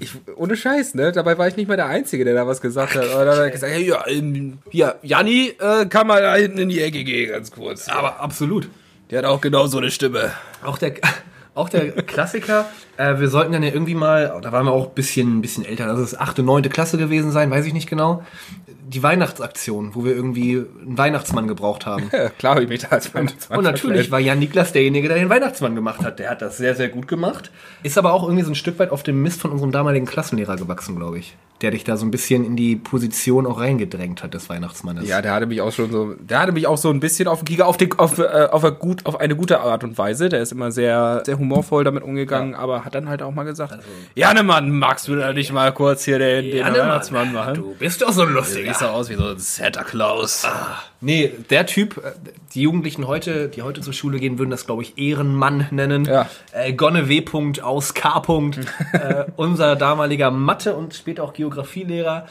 [SPEAKER 1] Ich, ohne Scheiß, ne? Dabei war ich nicht mehr der Einzige, der da was gesagt hat. Aber da hat er gesagt, ja, ja, ähm, hier, Janni äh, kann mal da hinten in die Ecke gehen, ganz kurz.
[SPEAKER 2] Aber absolut.
[SPEAKER 1] Der hat auch genau so eine Stimme.
[SPEAKER 2] Auch der, (laughs) auch der Klassiker, äh, wir sollten dann ja irgendwie mal, oh, da waren wir auch ein bisschen, ein bisschen älter, also das ist 8. und 9. Klasse gewesen sein, weiß ich nicht genau. Die Weihnachtsaktion, wo wir irgendwie einen Weihnachtsmann gebraucht (laughs) haben.
[SPEAKER 1] Ja, klar, hab ich mich da als
[SPEAKER 2] Und natürlich war Jan Niklas derjenige, der den Weihnachtsmann gemacht hat. Der hat das sehr, sehr gut gemacht. Ist aber auch irgendwie so ein Stück weit auf dem Mist von unserem damaligen Klassenlehrer gewachsen, glaube ich. Der dich da so ein bisschen in die Position auch reingedrängt hat des Weihnachtsmannes.
[SPEAKER 1] Ja, der hatte mich auch schon so, der hatte mich auch so ein bisschen auf den Kieker, auf, den, auf, äh, auf, eine gut, auf eine gute Art und Weise. Der ist immer sehr, sehr humorvoll damit umgegangen, aber hat dann halt auch mal gesagt, Jannemann, magst du da nicht mal kurz hier den, den
[SPEAKER 2] Jannemann,
[SPEAKER 1] Weihnachtsmann machen?
[SPEAKER 2] Du bist doch so ein lustiger.
[SPEAKER 1] Siehst doch aus wie so ein Santa Claus.
[SPEAKER 2] Nee, der Typ, äh, die Jugendlichen heute, die heute zur Schule gehen, würden das, glaube ich, Ehrenmann nennen.
[SPEAKER 1] Ja.
[SPEAKER 2] Äh, Gonne W. Punkt aus K. Punkt. äh, unser damaliger Mathe- und später auch Geografielehrer.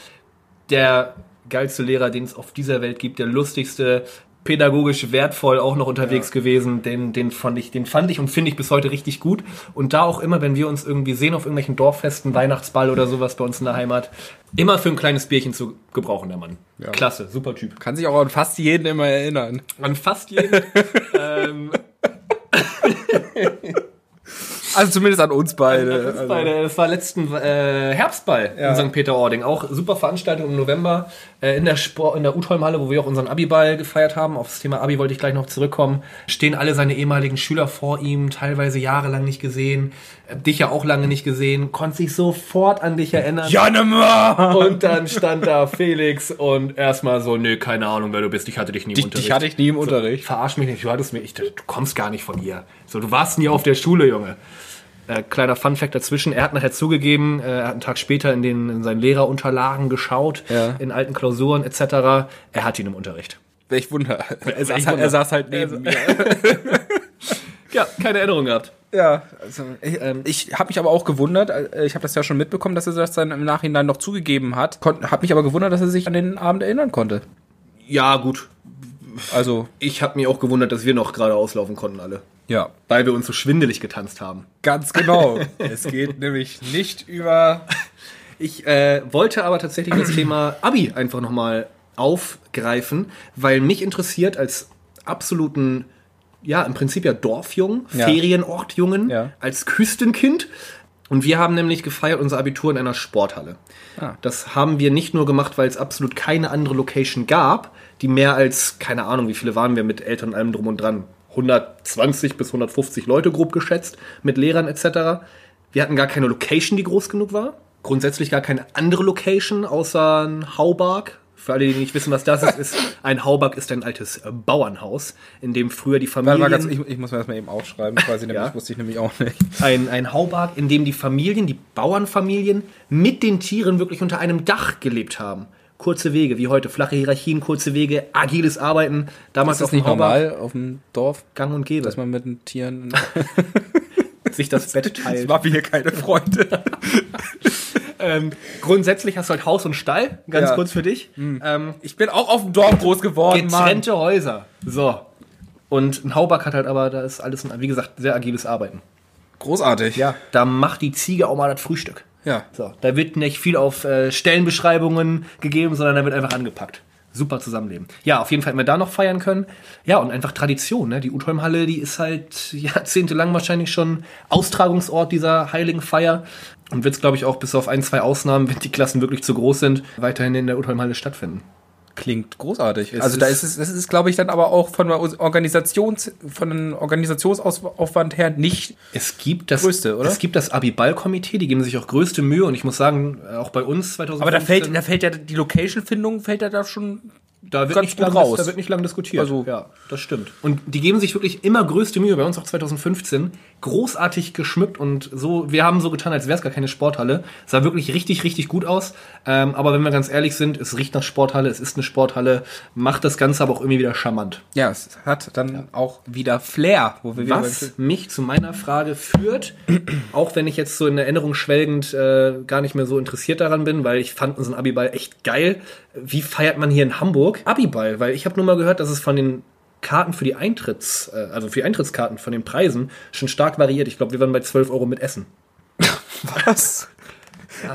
[SPEAKER 2] Der geilste Lehrer, den es auf dieser Welt gibt, der lustigste, pädagogisch wertvoll auch noch unterwegs gewesen. Den, den, fand ich, den fand ich und finde ich bis heute richtig gut. Und da auch immer, wenn wir uns irgendwie sehen auf irgendwelchen Dorffesten, Weihnachtsball oder sowas bei uns in der Heimat, immer für ein kleines Bierchen zu gebrauchen, der Mann. Klasse, super Typ.
[SPEAKER 1] Kann sich auch an fast jeden immer erinnern.
[SPEAKER 2] An
[SPEAKER 1] (laughs)
[SPEAKER 2] fast jeden. ähm,
[SPEAKER 1] Also zumindest an uns beide. Also.
[SPEAKER 2] das, war der, das war letzten äh, Herbstball in St. Peter-Ording. Auch super Veranstaltung im November äh, in der, Spor- in der Utholmhalle, wo wir auch unseren Abiball gefeiert haben. Auf das Thema Abi wollte ich gleich noch zurückkommen. Stehen alle seine ehemaligen Schüler vor ihm, teilweise jahrelang nicht gesehen. Äh, dich ja auch lange nicht gesehen. Konnte sich sofort an dich erinnern.
[SPEAKER 1] ne, Jannemann!
[SPEAKER 2] Und dann stand da Felix und erstmal so, nö, keine Ahnung, wer du bist. Ich hatte dich nie im
[SPEAKER 1] Dich,
[SPEAKER 2] Unterricht.
[SPEAKER 1] dich hatte ich nie im
[SPEAKER 2] Ich
[SPEAKER 1] Unterricht.
[SPEAKER 2] verarsch mich nicht, du hattest mir, ich, du kommst gar nicht von hier. So, du warst nie auf der Schule, Junge. Äh, kleiner Funfact dazwischen, er hat nachher zugegeben, äh, er hat einen Tag später in, den, in seinen Lehrerunterlagen geschaut,
[SPEAKER 1] Ja.
[SPEAKER 2] in alten Klausuren etc. Er hat ihn im Unterricht.
[SPEAKER 1] Welch Wunder. Er saß, halt-
[SPEAKER 2] Wunder.
[SPEAKER 1] er saß halt neben mir.
[SPEAKER 2] Ja, keine Erinnerung gehabt.
[SPEAKER 1] (laughs) Ja, also ich, ähm, ich habe mich aber auch gewundert, äh, ich habe das ja schon mitbekommen, dass er das dann im Nachhinein noch zugegeben hat, habe mich aber gewundert, dass er sich an den Abend erinnern konnte.
[SPEAKER 2] Ja, gut.
[SPEAKER 1] Also,
[SPEAKER 2] Ich habe mir auch gewundert, dass wir noch gerade auslaufen konnten alle.
[SPEAKER 1] ja,
[SPEAKER 2] Weil wir uns so schwindelig getanzt haben.
[SPEAKER 1] ganz genau. (laughs) es geht nämlich nicht über...
[SPEAKER 2] Ich äh, wollte aber tatsächlich das Thema Abi einfach nochmal aufgreifen, weil mich interessiert als absoluten, ja, im Prinzip ja Dorfjungen,
[SPEAKER 1] Ja.
[SPEAKER 2] Ferienortjungen,
[SPEAKER 1] Ja.
[SPEAKER 2] als Küstenkind. Und wir haben nämlich gefeiert unser Abitur in einer Sporthalle.
[SPEAKER 1] Ah.
[SPEAKER 2] Das haben wir nicht nur gemacht, weil es absolut keine andere Location gab, die mehr als, keine Ahnung, wie viele waren wir mit Eltern und allem drum und dran. 120 bis 150 Leute grob geschätzt, mit Lehrern etc. Wir hatten gar keine Location, die groß genug war. Grundsätzlich gar keine andere Location außer ein Haubarg. Für alle, die nicht wissen, was das ist, ist ein Haubarg ist ein altes äh, Bauernhaus, in dem früher die
[SPEAKER 1] Warte
[SPEAKER 2] Familien
[SPEAKER 1] mal ganz, ich, ich muss mir das mal eben aufschreiben, quasi, nämlich,
[SPEAKER 2] Ja.
[SPEAKER 1] das wusste ich nämlich auch nicht.
[SPEAKER 2] ein, ein Haubarg, in dem die Familien, die Bauernfamilien mit den Tieren wirklich unter einem Dach gelebt haben. Kurze Wege, wie heute, flache Hierarchien, kurze Wege, agiles Arbeiten. Damals
[SPEAKER 1] Ist das nicht normal auf dem Dorf,
[SPEAKER 2] gang und gäbe,
[SPEAKER 1] dass man mit den Tieren... (laughs)
[SPEAKER 2] sich das Bett teilt.
[SPEAKER 1] macht hier keine Freunde.
[SPEAKER 2] Ähm, grundsätzlich hast du halt Haus und Stall, ganz
[SPEAKER 1] Ja.
[SPEAKER 2] kurz für dich.
[SPEAKER 1] Mhm.
[SPEAKER 2] Ähm,
[SPEAKER 1] Ich bin auch auf dem Dorf groß geworden, Mann.
[SPEAKER 2] getrennte Häuser. So. Und ein Haubarg hat halt aber, da ist alles, ein, wie gesagt, sehr agiles Arbeiten.
[SPEAKER 1] Großartig. Ja.
[SPEAKER 2] Da macht die Ziege auch mal das Frühstück.
[SPEAKER 1] Ja.
[SPEAKER 2] So, da wird nicht viel auf äh, Stellenbeschreibungen gegeben, sondern da wird einfach angepackt. Super Zusammenleben. Ja, auf jeden Fall hätten wir da noch feiern können. Ja, und einfach Tradition. Ne? Die Utholmhalle, die ist halt (laughs) jahrzehntelang wahrscheinlich schon Austragungsort dieser heiligen Feier. Und wird es, glaube ich, auch bis auf ein, zwei Ausnahmen, wenn die Klassen wirklich zu groß sind, weiterhin in der Utholmhalle stattfinden.
[SPEAKER 1] Klingt großartig. also da ist es, das ist, glaube ich, dann aber auch von der Organisations, von einem Organisationsaufwand her nicht.
[SPEAKER 2] Es gibt das,
[SPEAKER 1] Größte, oder?
[SPEAKER 2] Es gibt das Abiball-Komitee, die geben sich auch größte Mühe. Und ich muss sagen, äh, auch bei uns 2015...
[SPEAKER 1] Aber da fällt, da fällt ja die Location-Findung fällt ja da schon.
[SPEAKER 2] Da wird,
[SPEAKER 1] Ganz
[SPEAKER 2] nicht
[SPEAKER 1] gut
[SPEAKER 2] lang,
[SPEAKER 1] raus.
[SPEAKER 2] da wird nicht lang diskutiert.
[SPEAKER 1] Also-
[SPEAKER 2] ja, das stimmt. Und die geben sich wirklich immer größte Mühe, bei uns auch 2015, großartig geschmückt und so, wir haben so getan, als wäre es gar keine Sporthalle. Sah wirklich richtig, richtig gut aus. Ähm, aber wenn wir ganz ehrlich sind, es riecht nach Sporthalle, es ist eine Sporthalle, macht das Ganze aber auch irgendwie wieder charmant.
[SPEAKER 1] Ja, es hat dann auch wieder Flair, wo wir wieder.
[SPEAKER 2] Was mich zu meiner Frage führt, (clears throat) auch wenn ich jetzt so in Erinnerung schwelgend äh, gar nicht mehr so interessiert daran bin, weil ich fand unseren Abiball echt geil. Wie feiert man hier in Hamburg Abiball? Weil ich habe nur mal gehört, dass es von den Karten für die Eintritts, äh, also für die Eintrittskarten von den Preisen schon stark variiert. Ich glaube, wir waren bei 12 Euro mit Essen.
[SPEAKER 1] Was?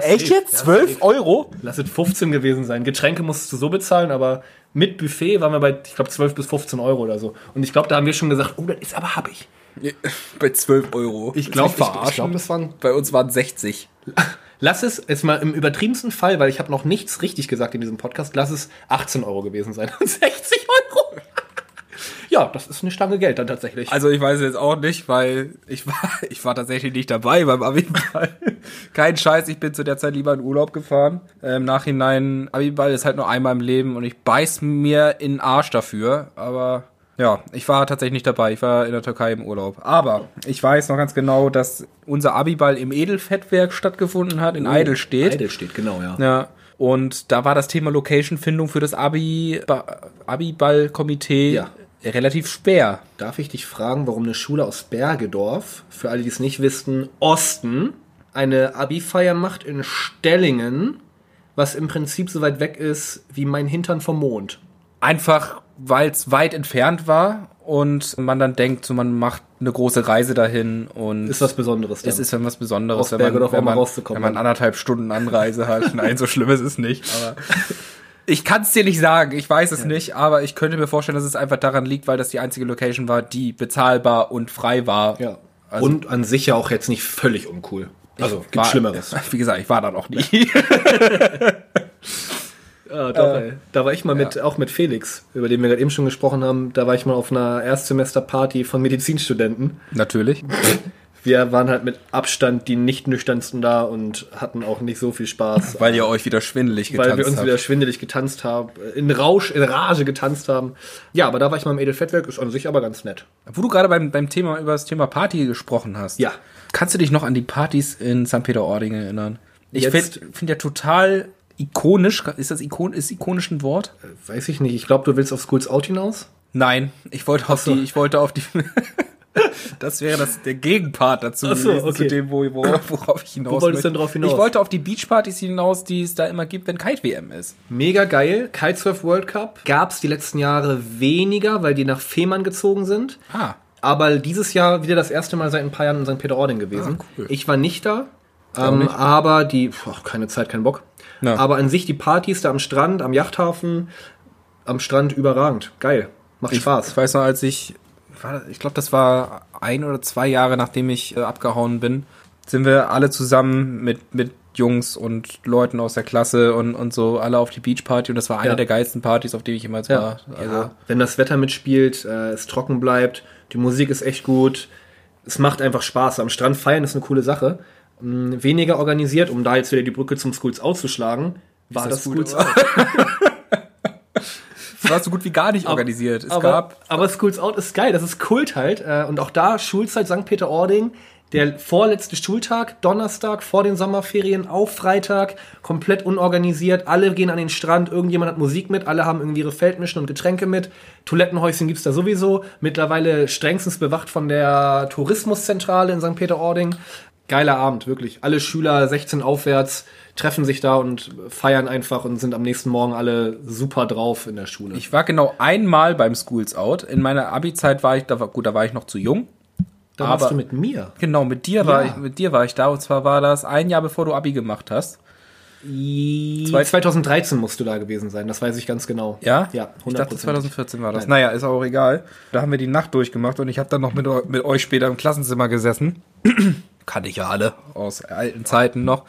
[SPEAKER 3] Echt jetzt? 12 Euro?
[SPEAKER 2] Lass es 15 gewesen sein. Getränke musstest du so bezahlen, aber mit Buffet waren wir bei, ich glaube, 12 bis 15 Euro oder so. Und ich glaube, da haben wir schon gesagt, oh, das ist aber happig.
[SPEAKER 1] Bei 12 Euro.
[SPEAKER 2] Ich glaube,
[SPEAKER 3] verarschen.
[SPEAKER 2] verarschen.
[SPEAKER 3] das waren.
[SPEAKER 1] Bei uns waren 60.
[SPEAKER 2] Lass es jetzt mal im übertriebensten Fall, weil ich habe noch nichts richtig gesagt in diesem Podcast, lass es 18 Euro gewesen sein und (laughs) 60 Euro. ja, das ist eine Stange Geld dann tatsächlich.
[SPEAKER 1] Also ich weiß jetzt auch nicht, weil ich war, (laughs) ich war tatsächlich nicht dabei beim Abiball. (laughs) Kein Scheiß, ich bin zu der Zeit lieber in Urlaub gefahren. Äh, Im Nachhinein, Abiball ist halt nur einmal im Leben und ich beiß mir in den Arsch dafür. Aber ja, ich war tatsächlich nicht dabei. Ich war in der Türkei im Urlaub. Aber ich weiß noch ganz genau, dass unser Abiball im Edelfettwerk stattgefunden hat, in Eidelstedt.
[SPEAKER 2] Idle steht, genau, ja.
[SPEAKER 1] Ja. Und da war das Thema Location-Findung für das Abi, Ba- Abiball-Komitee
[SPEAKER 2] Ja.
[SPEAKER 1] relativ schwer.
[SPEAKER 2] Darf ich dich fragen, warum eine Schule aus Bergedorf, für alle, die es nicht wissen, Osten, eine Abi-Feier macht in Stellingen, was im Prinzip so weit weg ist wie mein Hintern vom Mond.
[SPEAKER 1] Einfach, weil es weit entfernt war und man dann denkt, so, man macht eine große Reise dahin und
[SPEAKER 2] Ist was Besonderes.
[SPEAKER 1] es ist dann was Besonderes,
[SPEAKER 2] Aus Bergedorf
[SPEAKER 1] wenn,
[SPEAKER 2] auch mal
[SPEAKER 1] man,
[SPEAKER 2] rauszukommen. ne?
[SPEAKER 1] wenn man anderthalb Stunden Anreise
[SPEAKER 2] (laughs)
[SPEAKER 1] hat. Nein, so schlimm ist es nicht. Aber ich kann es dir nicht sagen, ich weiß es nicht, aber ich könnte mir vorstellen, dass es einfach daran liegt, weil das die einzige Location war, die bezahlbar und frei war.
[SPEAKER 2] ja.
[SPEAKER 1] Also-
[SPEAKER 2] Und an sich ja auch jetzt nicht völlig uncool. Also, gibt
[SPEAKER 1] War-
[SPEAKER 2] Schlimmeres.
[SPEAKER 1] (laughs) Wie gesagt, ich war da noch nie.
[SPEAKER 2] (laughs) Ah, doch, ey. Da war ich mal mit, auch mit Felix, über den wir gerade eben schon gesprochen haben, da war ich mal auf einer Erstsemesterparty von Medizinstudenten.
[SPEAKER 1] Natürlich.
[SPEAKER 2] Wir waren halt mit Abstand die nicht nüchternsten da und hatten auch nicht so viel Spaß,
[SPEAKER 1] Weil ihr euch wieder schwindelig getanzt
[SPEAKER 2] weil wir uns
[SPEAKER 1] habt.
[SPEAKER 2] wieder schwindelig getanzt haben, in Rausch, in Rage getanzt haben. Ja, aber da war ich mal im Edelfettwerk, ist an sich aber ganz nett.
[SPEAKER 1] Wo du gerade beim, beim Thema über das Thema Party gesprochen hast.
[SPEAKER 2] Ja.
[SPEAKER 1] Kannst du dich noch an die Partys in St. Peter-Ording erinnern? Ich
[SPEAKER 2] Jetzt-
[SPEAKER 1] finde find ja total ikonisch. Ist das ikon, ist ikonisch ein Wort?
[SPEAKER 2] Weiß ich nicht, ich glaube, du willst auf Schools Out hinaus?
[SPEAKER 1] Nein, ich wollte auf die, ich wollte auf die. (laughs) Das wäre das, der Gegenpart dazu
[SPEAKER 2] Ach so,
[SPEAKER 1] gewesen, zu
[SPEAKER 2] okay.
[SPEAKER 1] dem, wo, (coughs) wo, worauf ich hinaus
[SPEAKER 2] Wo wolltest du denn drauf hinaus?
[SPEAKER 1] Ich wollte auf die Beachpartys hinaus, die es da immer gibt, wenn Kite-WM ist.
[SPEAKER 2] Mega geil. Kitesurf World Cup gab es die letzten Jahre weniger, weil die nach Fehmarn gezogen sind.
[SPEAKER 1] Ah.
[SPEAKER 2] Aber dieses Jahr wieder das erste Mal seit ein paar Jahren in St. Peter-Ording gewesen.
[SPEAKER 1] Ah, cool.
[SPEAKER 2] Ich war nicht da, ähm, aber die, pf, ach, keine Zeit, kein Bock.
[SPEAKER 1] Ja.
[SPEAKER 2] Aber an sich die Partys da am Strand, am Yachthafen, am Strand überragend. Geil. Macht Spaß.
[SPEAKER 1] Ich weiß noch, als ich, war- ich glaube, das war ein oder zwei Jahre, nachdem ich äh, abgehauen bin, sind wir alle zusammen mit, mit Jungs und Leuten aus der Klasse und, und so alle auf die Beachparty und das war eine
[SPEAKER 2] Ja.
[SPEAKER 1] der geilsten Partys, auf die ich jemals
[SPEAKER 2] Ja.
[SPEAKER 1] war. Also,
[SPEAKER 2] ja. Wenn das Wetter mitspielt, äh, es trocken bleibt, die Musik ist echt gut, es macht einfach Spaß. Am Strand feiern ist eine coole Sache. Mm, Weniger organisiert, um da jetzt wieder die Brücke zum Schools auszuschlagen, war
[SPEAKER 1] das
[SPEAKER 2] das,
[SPEAKER 1] gut,
[SPEAKER 2] Schools
[SPEAKER 1] oder?
[SPEAKER 2] Out.
[SPEAKER 1] Es war so gut wie gar nicht organisiert. Es
[SPEAKER 2] (laughs) aber,
[SPEAKER 1] gab
[SPEAKER 2] aber Schools Out ist geil, das ist Kult halt. Äh, Und auch da Schulzeit St. Peter-Ording, der vorletzte Schultag, Donnerstag vor den Sommerferien auf Freitag, komplett unorganisiert. Alle gehen an den Strand, irgendjemand hat Musik mit, alle haben irgendwie ihre Feldmischen und Getränke mit. Toilettenhäuschen gibt's da sowieso. Mittlerweile strengstens bewacht von der Tourismuszentrale in St. Peter-Ording. Geiler Abend, wirklich. Alle Schüler 16 aufwärts treffen sich da und feiern einfach und sind am nächsten Morgen alle super drauf in der Schule.
[SPEAKER 1] Ich war genau einmal beim Schools Out. In meiner Abi-Zeit war ich, da war, gut, da war ich noch zu jung.
[SPEAKER 2] da warst
[SPEAKER 1] aber-
[SPEAKER 2] du mit mir.
[SPEAKER 1] Genau, mit dir war
[SPEAKER 2] Ja.
[SPEAKER 1] ich, mit dir war ich da und zwar war das ein Jahr bevor du Abi gemacht hast.
[SPEAKER 2] Zwei- 2013 musst du da gewesen sein, das weiß ich ganz genau.
[SPEAKER 1] Ja?
[SPEAKER 2] Ja, 100%.
[SPEAKER 1] Ich dachte, 2014 war das. Naja, ist auch egal. Da haben wir die Nacht durchgemacht und ich habe dann noch mit, eu- mit euch später im Klassenzimmer gesessen. (clears throat) Kann ich ja alle aus alten Zeiten noch.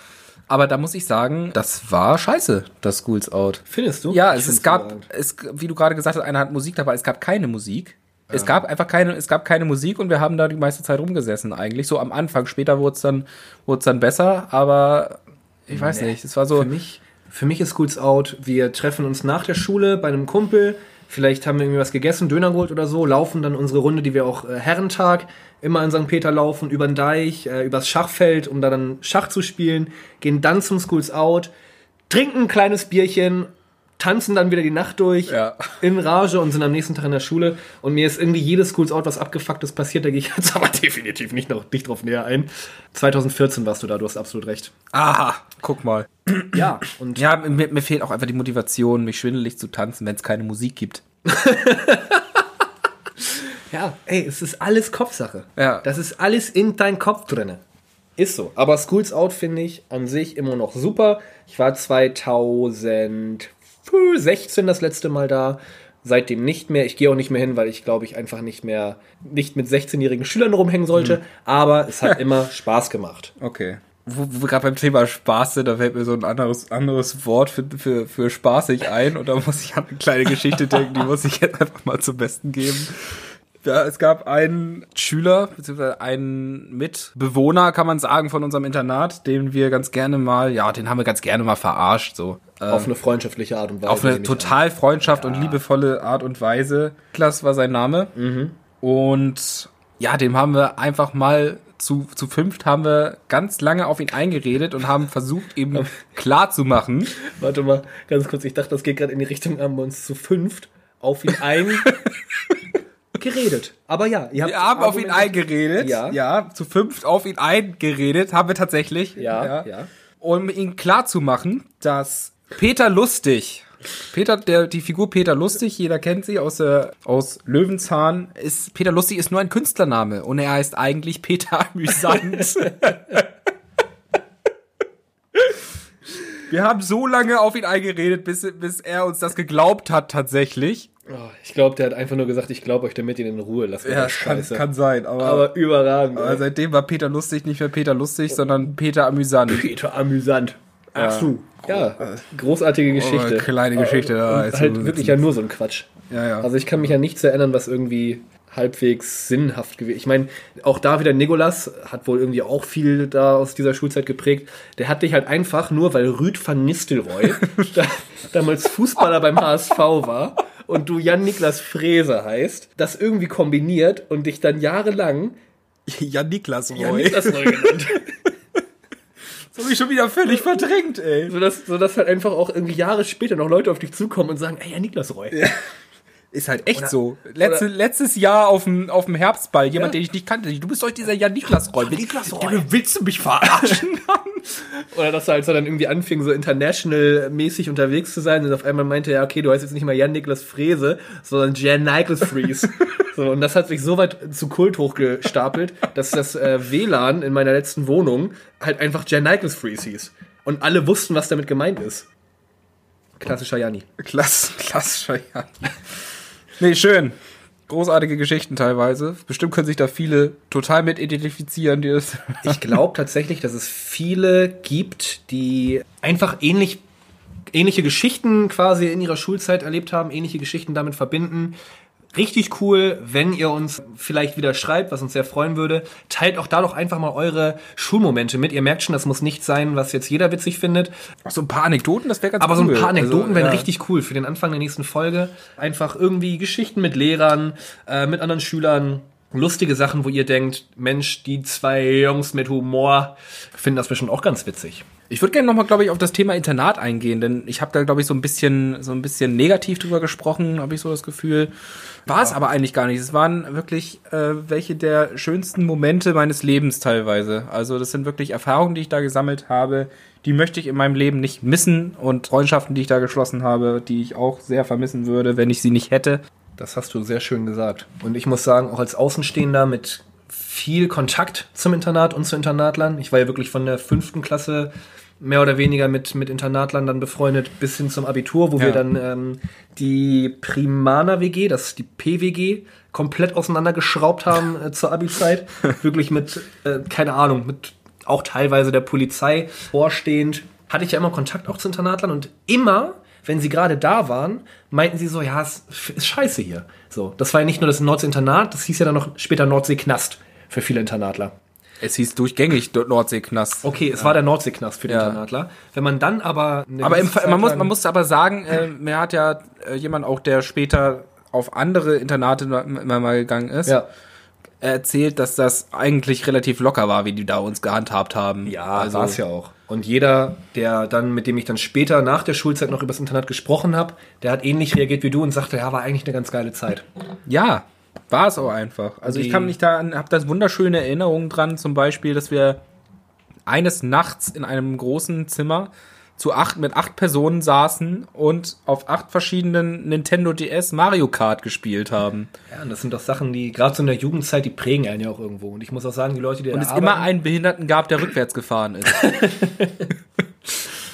[SPEAKER 1] Aber da muss ich sagen, das war scheiße, das Schools Out.
[SPEAKER 2] Findest du?
[SPEAKER 1] Ja,
[SPEAKER 2] Ich
[SPEAKER 1] es,
[SPEAKER 2] find's
[SPEAKER 1] es gab,
[SPEAKER 2] überragend.
[SPEAKER 1] es, wie du gerade gesagt hast, einer hat Musik dabei, es gab keine Musik. Es gab einfach keine, es gab keine Musik und wir haben da die meiste Zeit rumgesessen eigentlich. So am Anfang, später wurde es dann, wurde es dann besser, aber ich weiß nicht, es war so,
[SPEAKER 2] Für mich, für mich ist Schools Out, wir treffen uns nach der Schule bei einem Kumpel, vielleicht haben wir irgendwie was gegessen, Döner geholt oder so, laufen dann unsere Runde, die wir auch äh, Herrentag immer in St. Peter laufen, über den Deich, äh, übers Schachfeld, um da dann Schach zu spielen, gehen dann zum Schools Out, trinken ein kleines Bierchen, tanzen dann wieder die Nacht durch,
[SPEAKER 1] Ja.
[SPEAKER 2] in Rage und sind am nächsten Tag in der Schule. Und mir ist irgendwie jedes Schools Out was Abgefucktes passiert, da gehe ich jetzt (laughs) aber definitiv nicht, noch, nicht drauf näher ein. 2014 warst du da, du hast absolut recht.
[SPEAKER 1] aha, guck mal.
[SPEAKER 2] Ja, und
[SPEAKER 1] Ja, mir, mir fehlt auch einfach die Motivation, mich schwindelig zu tanzen, wenn es keine Musik gibt.
[SPEAKER 2] Ja, ey, es ist alles Kopfsache.
[SPEAKER 1] Ja.
[SPEAKER 2] Das ist alles in deinem Kopf drinne. Ist so. Aber Schools Out finde ich an sich immer noch super. Ich war 2016 das letzte Mal da. Seitdem nicht mehr. Ich gehe auch nicht mehr hin, weil ich glaube, ich einfach nicht mehr nicht mit 16-jährigen Schülern rumhängen sollte.
[SPEAKER 1] Mhm.
[SPEAKER 2] Aber
[SPEAKER 1] (laughs)
[SPEAKER 2] es hat immer Spaß gemacht.
[SPEAKER 1] Okay. Wo, wo wir gerade beim Thema Spaß sind, da fällt mir so ein anderes, anderes Wort für, für, für spaßig ein und da muss ich an eine kleine Geschichte denken, die muss ich jetzt einfach mal zum Besten geben. Ja, es gab einen Schüler, beziehungsweise einen Mitbewohner, kann man sagen, von unserem Internat, den wir ganz gerne mal, ja, den haben wir ganz gerne mal verarscht, so. Ähm,
[SPEAKER 2] Auf eine freundschaftliche Art und Weise.
[SPEAKER 1] auf eine
[SPEAKER 2] nehme ich an.
[SPEAKER 1] total Freundschaft und liebevolle Art und Weise. Niklas war sein Name.
[SPEAKER 2] Mhm.
[SPEAKER 1] Und ja, dem haben wir einfach mal zu, zu fünft haben wir ganz lange auf ihn eingeredet und haben versucht,
[SPEAKER 2] (laughs)
[SPEAKER 1] ihm klar zu machen.
[SPEAKER 2] Warte mal, ganz kurz. Ich dachte, das geht gerade in die Richtung, haben wir uns zu fünft auf ihn ein
[SPEAKER 1] (laughs)
[SPEAKER 2] geredet. Aber ja, ihr habt
[SPEAKER 1] Wir haben auf ihn
[SPEAKER 2] Argumente-
[SPEAKER 1] eingeredet.
[SPEAKER 2] Ja.
[SPEAKER 1] ja, zu fünft auf ihn eingeredet, haben wir tatsächlich.
[SPEAKER 2] Ja, ja.
[SPEAKER 1] um ihn klarzumachen, dass Peter Lustig, Peter, der, die Figur Peter Lustig, jeder kennt sie aus, äh, aus Löwenzahn, ist, Peter Lustig ist nur ein Künstlername und er heißt eigentlich Peter (laughs) Amüsant. Wir haben so lange auf ihn eingeredet, bis, bis er uns das geglaubt hat, tatsächlich.
[SPEAKER 2] Oh, ich glaube, der hat einfach nur gesagt, ich glaube euch, damit ihn in Ruhe lasst. mir das Scheiße.
[SPEAKER 1] sein,
[SPEAKER 2] Aber überragend.
[SPEAKER 1] aber
[SPEAKER 2] ey.
[SPEAKER 1] Äh, seitdem war Peter Lustig nicht mehr Peter Lustig, sondern Peter Amüsant. (laughs)
[SPEAKER 2] Peter amüsant. Ach du. Ja, großartige Geschichte.
[SPEAKER 1] Oh, kleine Geschichte, da
[SPEAKER 2] Und
[SPEAKER 1] ist
[SPEAKER 2] halt
[SPEAKER 1] so-
[SPEAKER 2] wirklich ja nur so ein Quatsch.
[SPEAKER 1] Ja, ja.
[SPEAKER 2] Also ich kann mich ja nichts erinnern, was irgendwie halbwegs sinnhaft gewesen. Ich meine, auch da wieder Nikolas hat wohl irgendwie auch viel da aus dieser Schulzeit geprägt. Der hat dich halt einfach nur, weil Rüd
[SPEAKER 1] (laughs)
[SPEAKER 2] van Nistelrooy da, damals Fußballer beim HSV war und du Jan Niklas Frese heißt, das irgendwie kombiniert und dich dann jahrelang
[SPEAKER 1] Jan Niklas
[SPEAKER 2] Jan Niklas neu genannt.
[SPEAKER 1] Das hab ich schon wieder völlig verdrängt, ey.
[SPEAKER 2] Sodass, sodass halt einfach auch irgendwie Jahre später noch Leute auf dich zukommen und sagen, ey, ja, Niklas Roy.
[SPEAKER 1] Ist halt echt so. Letzte, letztes Jahr auf dem, auf dem Herbstball, jemand, den ich nicht kannte. Du bist doch dieser Jan Niklas Roy. Niklas Roy. Willst du mich verarschen? (laughs)
[SPEAKER 2] Oder dass er halt so dann irgendwie anfing, so international-mäßig unterwegs zu sein und auf einmal meinte, ja, okay, du heißt jetzt nicht mehr Jan Niklas Frese, sondern Jan Niklas Fries. so, und das hat sich so weit zu Kult hochgestapelt, dass das äh, WLAN in meiner letzten Wohnung halt einfach Jan Niklas Fries hieß. Und alle wussten, was damit gemeint ist. Klassischer Janni.
[SPEAKER 1] Klass, klassischer Jan. Nee, schön. Großartige Geschichten teilweise. Bestimmt können sich da viele total mit identifizieren, die das.
[SPEAKER 2] Ich glaube tatsächlich, dass es viele gibt, die einfach ähnlich, ähnliche Geschichten quasi in ihrer Schulzeit erlebt haben, ähnliche Geschichten damit verbinden. Richtig cool, wenn ihr uns vielleicht wieder schreibt, was uns sehr freuen würde. Teilt auch da doch einfach mal eure Schulmomente mit. Ihr merkt schon, das muss nicht sein, was jetzt jeder witzig findet.
[SPEAKER 1] So ein paar Anekdoten, das wäre ganz
[SPEAKER 2] Aber so ein
[SPEAKER 1] cool.
[SPEAKER 2] paar Anekdoten
[SPEAKER 1] Also,
[SPEAKER 2] wären
[SPEAKER 1] ja.
[SPEAKER 2] richtig cool für den Anfang der nächsten Folge. Einfach irgendwie Geschichten mit Lehrern, äh, mit anderen Schülern, lustige Sachen, wo ihr denkt, Mensch, die zwei Jungs mit Humor finden das bestimmt auch ganz witzig.
[SPEAKER 1] Ich würde gerne nochmal, glaube ich, auf das Thema Internat eingehen, denn ich habe da, glaube ich, so ein bisschen, so ein bisschen negativ drüber gesprochen, habe ich so das Gefühl. War es aber eigentlich gar nicht. Es waren wirklich äh, welche der schönsten Momente meines Lebens teilweise. Also das sind wirklich Erfahrungen, die ich da gesammelt habe. Die möchte ich in meinem Leben nicht missen und Freundschaften, die ich da geschlossen habe, die ich auch sehr vermissen würde, wenn ich sie nicht hätte.
[SPEAKER 2] Das hast du sehr schön gesagt. Und ich muss sagen, auch als Außenstehender mit viel Kontakt zum Internat und zu Internatlern. Ich war ja wirklich von der fünften Klasse mehr oder weniger mit, mit Internatlern dann befreundet bis hin zum Abitur, wo wir
[SPEAKER 1] Ja.
[SPEAKER 2] dann ähm, die Primaner-WG, das ist die PWG, komplett auseinandergeschraubt haben äh,
[SPEAKER 1] (laughs)
[SPEAKER 2] zur Abi-Zeit. wirklich mit, äh, keine Ahnung, mit auch teilweise der Polizei vorstehend, hatte ich ja immer Kontakt auch zu Internatlern und immer, wenn sie gerade da waren, meinten sie so, ja, es ist scheiße hier. So, das war ja nicht nur das Nordsee-Internat, das hieß ja dann noch später Nordsee-Knast für viele Internatler.
[SPEAKER 1] Es hieß durchgängig dort Nordseeknast.
[SPEAKER 2] Okay, es war der Nordseeknast für die
[SPEAKER 1] Ja.
[SPEAKER 2] Internatler. Wenn man dann aber eine
[SPEAKER 1] Aber im,
[SPEAKER 2] gewisse
[SPEAKER 1] Ver- man,
[SPEAKER 2] Zeit
[SPEAKER 1] muss,
[SPEAKER 2] lang-
[SPEAKER 1] man muss aber sagen, äh, mir hat ja äh, jemand auch, der später auf andere Internate mal- mal mal gegangen ist,
[SPEAKER 2] ja.
[SPEAKER 1] erzählt, dass das eigentlich relativ locker war, wie die da uns gehandhabt haben.
[SPEAKER 2] Ja, also, war es ja auch. Und jeder, der dann, mit dem ich dann später nach der Schulzeit noch übers Internat gesprochen habe, der hat ähnlich reagiert wie du und sagte, ja, war eigentlich eine ganz geile Zeit.
[SPEAKER 1] Ja, war es auch einfach. Also ich
[SPEAKER 2] Die-
[SPEAKER 1] kann mich da an, habe da wunderschöne Erinnerungen dran, zum Beispiel, dass wir eines Nachts in einem großen Zimmer zu acht, mit acht Personen saßen und auf acht verschiedenen Nintendo DS Mario Kart gespielt haben.
[SPEAKER 2] Ja, und das sind doch Sachen, die gerade so in der Jugendzeit, die prägen einen ja auch irgendwo. Und ich muss auch sagen, die Leute, die
[SPEAKER 1] Und
[SPEAKER 2] da
[SPEAKER 1] es
[SPEAKER 2] arbeiten,
[SPEAKER 1] immer einen Behinderten gab, der rückwärts gefahren ist.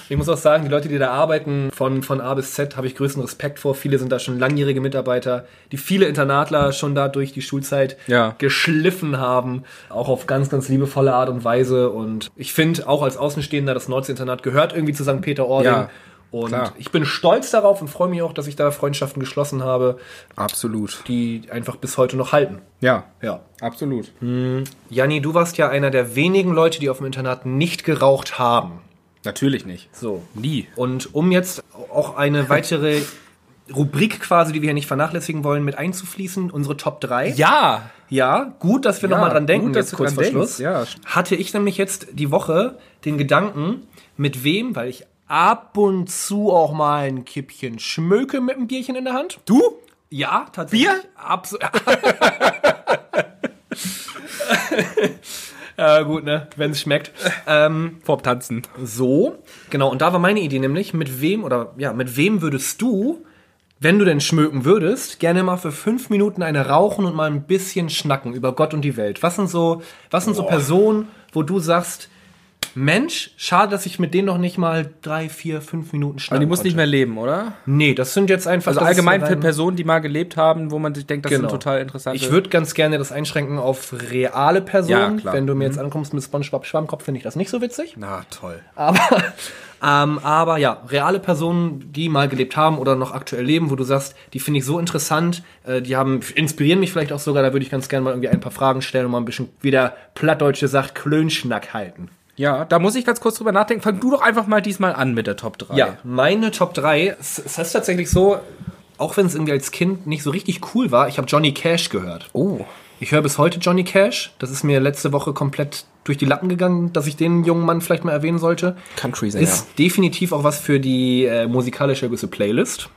[SPEAKER 2] ich muss auch sagen, die Leute, die da arbeiten, von, von A bis Z, habe ich größten Respekt vor. Viele sind da schon langjährige Mitarbeiter, die viele Internatler schon da durch die Schulzeit
[SPEAKER 1] Ja.
[SPEAKER 2] geschliffen haben, auch auf ganz, ganz liebevolle Art und Weise. Und ich finde, auch als Außenstehender, das Nordsee-Internat gehört irgendwie zu St. Peter-Ording.
[SPEAKER 1] Ja,
[SPEAKER 2] Und
[SPEAKER 1] klar.
[SPEAKER 2] ich bin stolz darauf und freue mich auch, dass ich da Freundschaften geschlossen habe,
[SPEAKER 1] Absolut.
[SPEAKER 2] die einfach bis heute noch halten.
[SPEAKER 1] Ja,
[SPEAKER 2] Ja.
[SPEAKER 1] absolut. Hm.
[SPEAKER 2] Janni, du warst ja einer der wenigen Leute, die auf dem Internat nicht geraucht haben.
[SPEAKER 1] Natürlich nicht.
[SPEAKER 2] So.
[SPEAKER 1] Nie.
[SPEAKER 2] Und um jetzt
[SPEAKER 1] (laughs)
[SPEAKER 2] auch eine weitere Rubrik quasi, die wir hier nicht vernachlässigen wollen, mit einzufließen, unsere Top 3.
[SPEAKER 1] Ja,
[SPEAKER 2] Ja, gut, dass wir
[SPEAKER 1] Ja,
[SPEAKER 2] nochmal dran denken,
[SPEAKER 1] gut, dass
[SPEAKER 2] jetzt
[SPEAKER 1] du
[SPEAKER 2] kurz
[SPEAKER 1] dran
[SPEAKER 2] vor
[SPEAKER 1] denkst,
[SPEAKER 2] Schluss.
[SPEAKER 1] ja.
[SPEAKER 2] Hatte ich nämlich jetzt die Woche den Gedanken, mit wem, weil ich ab und zu auch mal ein Kippchen schmöke mit einem Bierchen in der Hand.
[SPEAKER 1] du?
[SPEAKER 2] Ja, tatsächlich.
[SPEAKER 1] Bier? (laughs)
[SPEAKER 2] (laughs) Absolut. ja, gut, ne? Wenn es schmeckt. Ähm,
[SPEAKER 1] Vorm Tanzen.
[SPEAKER 2] so, genau. Und da war meine Idee nämlich, mit wem oder ja, mit wem würdest du, wenn du denn schmöken würdest, gerne mal für fünf Minuten eine rauchen und mal ein bisschen schnacken über Gott und die Welt? Was sind so, was sind so Personen, wo du sagst, Mensch, schade, dass ich mit denen noch nicht mal drei, vier, fünf Minuten schnacken
[SPEAKER 1] Aber die muss nicht mehr
[SPEAKER 2] konnte.
[SPEAKER 1] leben, oder?
[SPEAKER 2] Nee, das sind jetzt einfach.
[SPEAKER 1] Also
[SPEAKER 2] das ist
[SPEAKER 1] allgemein
[SPEAKER 2] ja
[SPEAKER 1] für
[SPEAKER 2] dein-
[SPEAKER 1] Personen, die mal gelebt haben, wo man sich denkt, das
[SPEAKER 2] Genau.
[SPEAKER 1] sind total interessante.
[SPEAKER 2] Ich würde ganz gerne das einschränken auf reale
[SPEAKER 1] Ja,
[SPEAKER 2] Personen.
[SPEAKER 1] klar. Mhm.
[SPEAKER 2] Wenn du mir jetzt ankommst mit SpongeBob Schwammkopf, finde ich das nicht so witzig.
[SPEAKER 1] Na toll.
[SPEAKER 2] Aber, ähm, aber ja, reale Personen, die mal gelebt haben oder noch aktuell leben, wo du sagst, die finde ich so interessant, äh, die haben inspirieren mich vielleicht auch sogar. Da würde ich ganz gerne mal irgendwie ein paar Fragen stellen und mal ein bisschen, wie der Plattdeutsche sagt, Klönschnack halten.
[SPEAKER 1] Ja, da muss ich ganz kurz drüber nachdenken. Fang du doch einfach mal diesmal an mit der Top 3.
[SPEAKER 2] Ja, meine Top 3, es es ist tatsächlich so, auch wenn es irgendwie als Kind nicht so richtig cool war, ich habe Johnny Cash gehört.
[SPEAKER 1] Oh.
[SPEAKER 2] Ich höre bis heute Johnny Cash. Das ist mir letzte Woche komplett durch die Lappen gegangen, dass ich den jungen Mann vielleicht mal erwähnen sollte.
[SPEAKER 1] Country-Sänger.
[SPEAKER 2] Ist definitiv auch was für die äh, musikalische gewisse Playlist.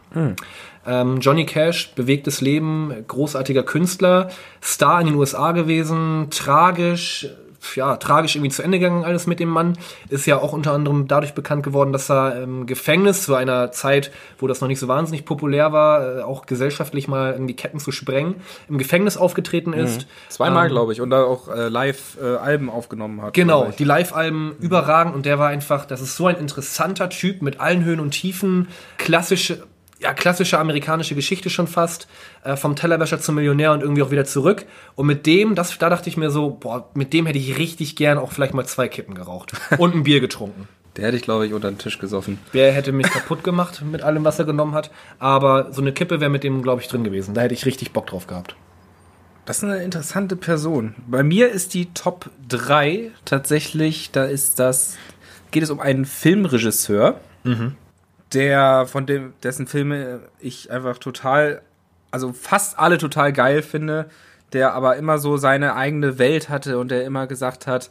[SPEAKER 2] Ähm, Johnny Cash, bewegtes Leben, großartiger Künstler, Star in den USA gewesen, tragisch, ja, tragisch irgendwie zu Ende gegangen alles mit dem Mann. Ist ja auch unter anderem dadurch bekannt geworden, dass er im Gefängnis zu einer Zeit, wo das noch nicht so wahnsinnig populär war, äh, auch gesellschaftlich mal irgendwie Ketten zu sprengen, im Gefängnis aufgetreten ist.
[SPEAKER 1] Zweimal,
[SPEAKER 2] Ähm.
[SPEAKER 1] glaube ich, und da auch äh, live äh, Alben aufgenommen hat.
[SPEAKER 2] Genau,
[SPEAKER 1] glaub ich.
[SPEAKER 2] die Live-Alben überragend und der war einfach, das ist so ein interessanter Typ mit allen Höhen und Tiefen, klassische, ja, klassische amerikanische Geschichte schon fast, äh, vom Tellerwäscher zum Millionär und irgendwie auch wieder zurück. Und mit dem, das, da dachte ich mir so, boah, mit dem hätte ich richtig gern auch vielleicht mal zwei Kippen geraucht und ein Bier getrunken.
[SPEAKER 1] Der hätte ich, glaube ich, unter den Tisch gesoffen.
[SPEAKER 2] Wer hätte mich kaputt gemacht mit allem, was er genommen hat, aber so eine Kippe wäre mit dem, glaube ich, drin gewesen. Da hätte ich richtig Bock drauf gehabt.
[SPEAKER 1] Das ist eine interessante Person. Bei mir ist die Top 3 tatsächlich, da ist das, geht es um einen Filmregisseur, der von dem, dessen Filme ich einfach total, also fast alle total geil finde, der aber immer so seine eigene Welt hatte und der immer gesagt hat,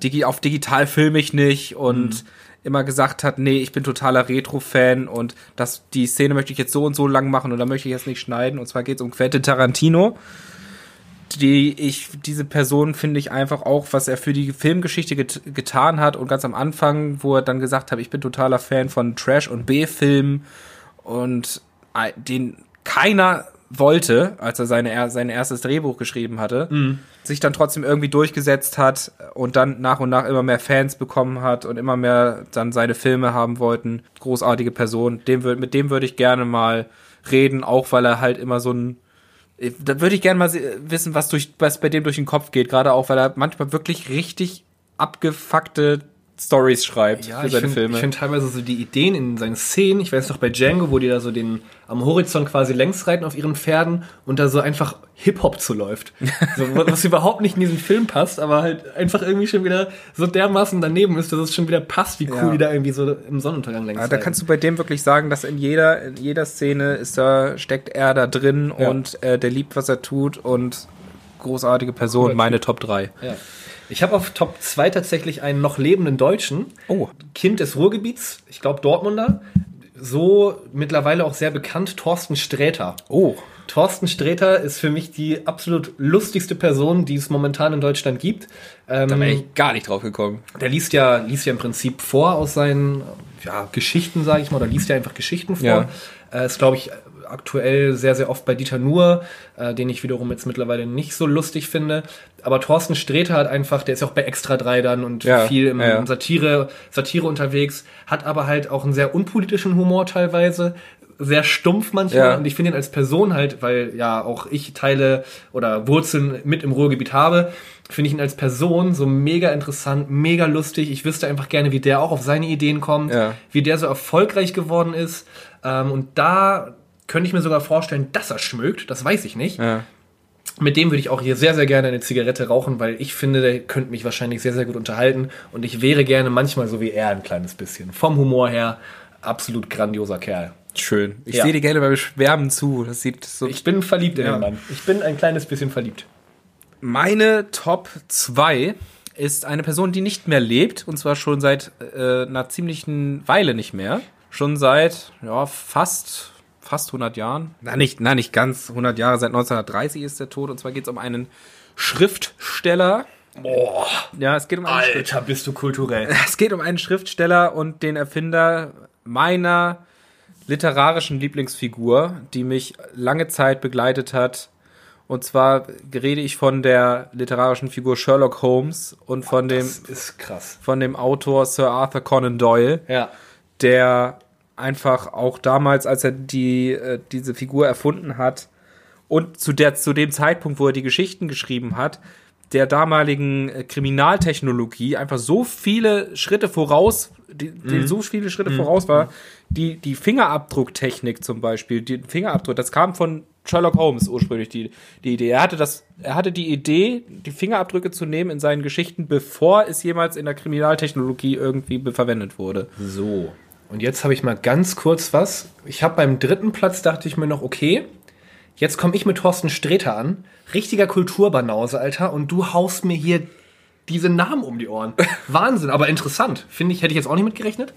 [SPEAKER 1] Digi, auf digital filme ich nicht und immer gesagt hat, nee, ich bin totaler Retro-Fan und das, die Szene möchte ich jetzt so und so lang machen und da möchte ich jetzt nicht schneiden. Und zwar geht es um Quentin Tarantino die ich, diese Person finde ich einfach auch, was er für die Filmgeschichte get getan hat und ganz am Anfang, wo er dann gesagt hat, ich bin totaler Fan von Trash und B-Filmen und äh, den keiner wollte, als er seine, er- sein erstes Drehbuch geschrieben hatte,
[SPEAKER 2] Mhm.
[SPEAKER 1] sich dann trotzdem irgendwie durchgesetzt hat und dann nach und nach immer mehr Fans bekommen hat und immer mehr dann seine Filme haben wollten. Großartige Person. Dem, würd- mit dem würde ich gerne mal reden, auch weil er halt immer so ein äh, da würde ich gerne mal se- wissen, was durch, was bei dem durch den Kopf geht, gerade auch, weil er manchmal wirklich richtig abgefuckte Stories schreibt
[SPEAKER 2] Ja,
[SPEAKER 1] für
[SPEAKER 2] ich
[SPEAKER 1] seine
[SPEAKER 2] find-
[SPEAKER 1] Filme.
[SPEAKER 2] Ich finde teilweise so die Ideen in seinen Szenen, ich weiß noch bei Django, wo die da so den am Horizont quasi längs reiten auf ihren Pferden und da so einfach
[SPEAKER 1] (laughs)
[SPEAKER 2] Hip-Hop zuläuft. So, wa- was überhaupt nicht in diesen Film passt, aber halt einfach irgendwie schon wieder so dermaßen daneben ist, dass es schon wieder passt, wie cool
[SPEAKER 1] Ja.
[SPEAKER 2] die da irgendwie so im Sonnenuntergang längs
[SPEAKER 1] ja, da kannst du bei dem wirklich sagen, dass in jeder, in jeder Szene ist da, steckt er da drin
[SPEAKER 2] Ja.
[SPEAKER 1] und äh, der liebt, was er tut und großartige Person, meine Top 3.
[SPEAKER 2] Ja. Ich habe auf Top 2 tatsächlich einen noch lebenden Deutschen.
[SPEAKER 1] Oh.
[SPEAKER 2] Kind des Ruhrgebiets, ich glaube Dortmunder. So mittlerweile auch sehr bekannt, Thorsten Sträter.
[SPEAKER 1] Oh.
[SPEAKER 2] Thorsten Sträter ist für mich die absolut lustigste Person, die es momentan in Deutschland gibt.
[SPEAKER 4] Da
[SPEAKER 2] Ähm,
[SPEAKER 4] wäre ich gar nicht drauf gekommen.
[SPEAKER 2] der liest ja, liest ja im Prinzip vor aus seinen ja, Geschichten, sage ich mal, oder liest ja einfach Geschichten vor.
[SPEAKER 4] Ja.
[SPEAKER 2] Äh, ist, glaube ich, aktuell sehr, sehr oft bei Dieter Nuhr, äh, den ich wiederum jetzt mittlerweile nicht so lustig finde. Aber Thorsten Sträter hat einfach, der ist ja auch bei Extra 3 dann und
[SPEAKER 4] Ja,
[SPEAKER 2] viel im,
[SPEAKER 4] ja, ja.
[SPEAKER 2] im Satire, Satire unterwegs, hat aber halt auch einen sehr unpolitischen Humor teilweise, sehr stumpf manchmal.
[SPEAKER 4] Ja.
[SPEAKER 2] Und ich finde ihn als Person halt, weil ja auch ich Teile oder Wurzeln mit im Ruhrgebiet habe, finde ich ihn als Person so mega interessant, mega lustig. Ich wüsste einfach gerne, wie der auch auf seine Ideen kommt,
[SPEAKER 4] Ja.
[SPEAKER 2] wie der so erfolgreich geworden ist. Ähm, und da könnte ich mir sogar vorstellen, dass er schmögt, das weiß ich nicht.
[SPEAKER 4] Ja.
[SPEAKER 2] Mit dem würde ich auch hier sehr, sehr gerne eine Zigarette rauchen, weil ich finde, der könnte mich wahrscheinlich sehr, sehr gut unterhalten. Und ich wäre gerne manchmal so wie er ein kleines bisschen. Vom Humor her absolut grandioser Kerl.
[SPEAKER 4] Schön. Ich
[SPEAKER 2] Ja.
[SPEAKER 4] sehe dir gerne beim Schwärmen zu. Das sieht so.
[SPEAKER 2] Ich bin verliebt in
[SPEAKER 1] Ja.
[SPEAKER 2] den Mann. Ich bin ein kleines bisschen verliebt.
[SPEAKER 1] Meine Top 2 ist eine Person, die nicht mehr lebt, und zwar schon seit äh, einer ziemlichen Weile nicht mehr. Schon seit ja, fast, fast 100 Jahren. Na nicht, na, nicht ganz 100 Jahre, seit 1930 ist der tot. Und zwar geht es um einen Schriftsteller.
[SPEAKER 2] Boah,
[SPEAKER 1] Ja, es geht um einen Schriftsteller.
[SPEAKER 2] bist du kulturell.
[SPEAKER 1] Es geht um einen Schriftsteller und den Erfinder meiner literarischen Lieblingsfigur, die mich lange Zeit begleitet hat. Und zwar rede ich von der literarischen Figur Sherlock Holmes und von dem,
[SPEAKER 2] Das ist krass.
[SPEAKER 1] von dem Autor Sir Arthur Conan Doyle,
[SPEAKER 2] Ja.
[SPEAKER 1] der einfach auch damals, als er die, äh, diese Figur erfunden hat und zu, der, zu dem Zeitpunkt, wo er die Geschichten geschrieben hat, der damaligen äh, Kriminaltechnologie einfach so viele Schritte voraus, die, denen so viele Schritte voraus war, die, die Fingerabdrucktechnik zum Beispiel, den Fingerabdruck, das kam von Sherlock Holmes ursprünglich die, die Idee. Er hatte das, er hatte die Idee, die Fingerabdrücke zu nehmen in seinen Geschichten, bevor es jemals in der Kriminaltechnologie irgendwie be- verwendet wurde.
[SPEAKER 2] So. Und jetzt habe ich mal ganz kurz was. Ich habe beim dritten Platz dachte ich mir noch, okay, jetzt komme ich mit Thorsten Sträter an. Richtiger Kulturbanause, Alter. Und du haust mir hier diese Namen um die (laughs) Ohren. Wahnsinn, aber interessant. Finde ich, hätte ich jetzt auch nicht mitgerechnet.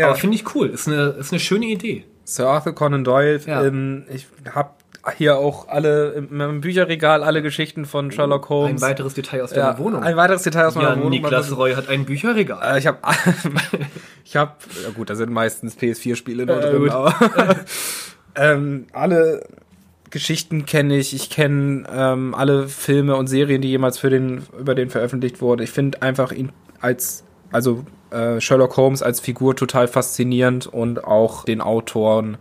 [SPEAKER 2] Aber finde ich cool. Ist eine, ist eine schöne Idee.
[SPEAKER 1] Sir Arthur Conan Doyle.
[SPEAKER 2] Ja.
[SPEAKER 1] Ähm, ich habe hier auch alle im, im Bücherregal alle Geschichten von Sherlock Holmes.
[SPEAKER 2] Ein weiteres Detail aus
[SPEAKER 1] ja,
[SPEAKER 2] deiner Wohnung.
[SPEAKER 1] Ein weiteres Detail aus meiner
[SPEAKER 2] ja,
[SPEAKER 1] Wohnung.
[SPEAKER 2] Niklas Roy hat ein Bücherregal.
[SPEAKER 1] Äh, ich habe, (laughs) ich habe, ja gut, da sind meistens PS4-Spiele nur
[SPEAKER 2] Äh,
[SPEAKER 1] drin.
[SPEAKER 2] gut.
[SPEAKER 1] Aber, (laughs) ähm, alle Geschichten kenne ich. Ich kenne ähm, alle Filme und Serien, die jemals für den über den veröffentlicht wurden. Ich finde einfach ihn als also äh, Sherlock Holmes als Figur total faszinierend und auch den Autoren.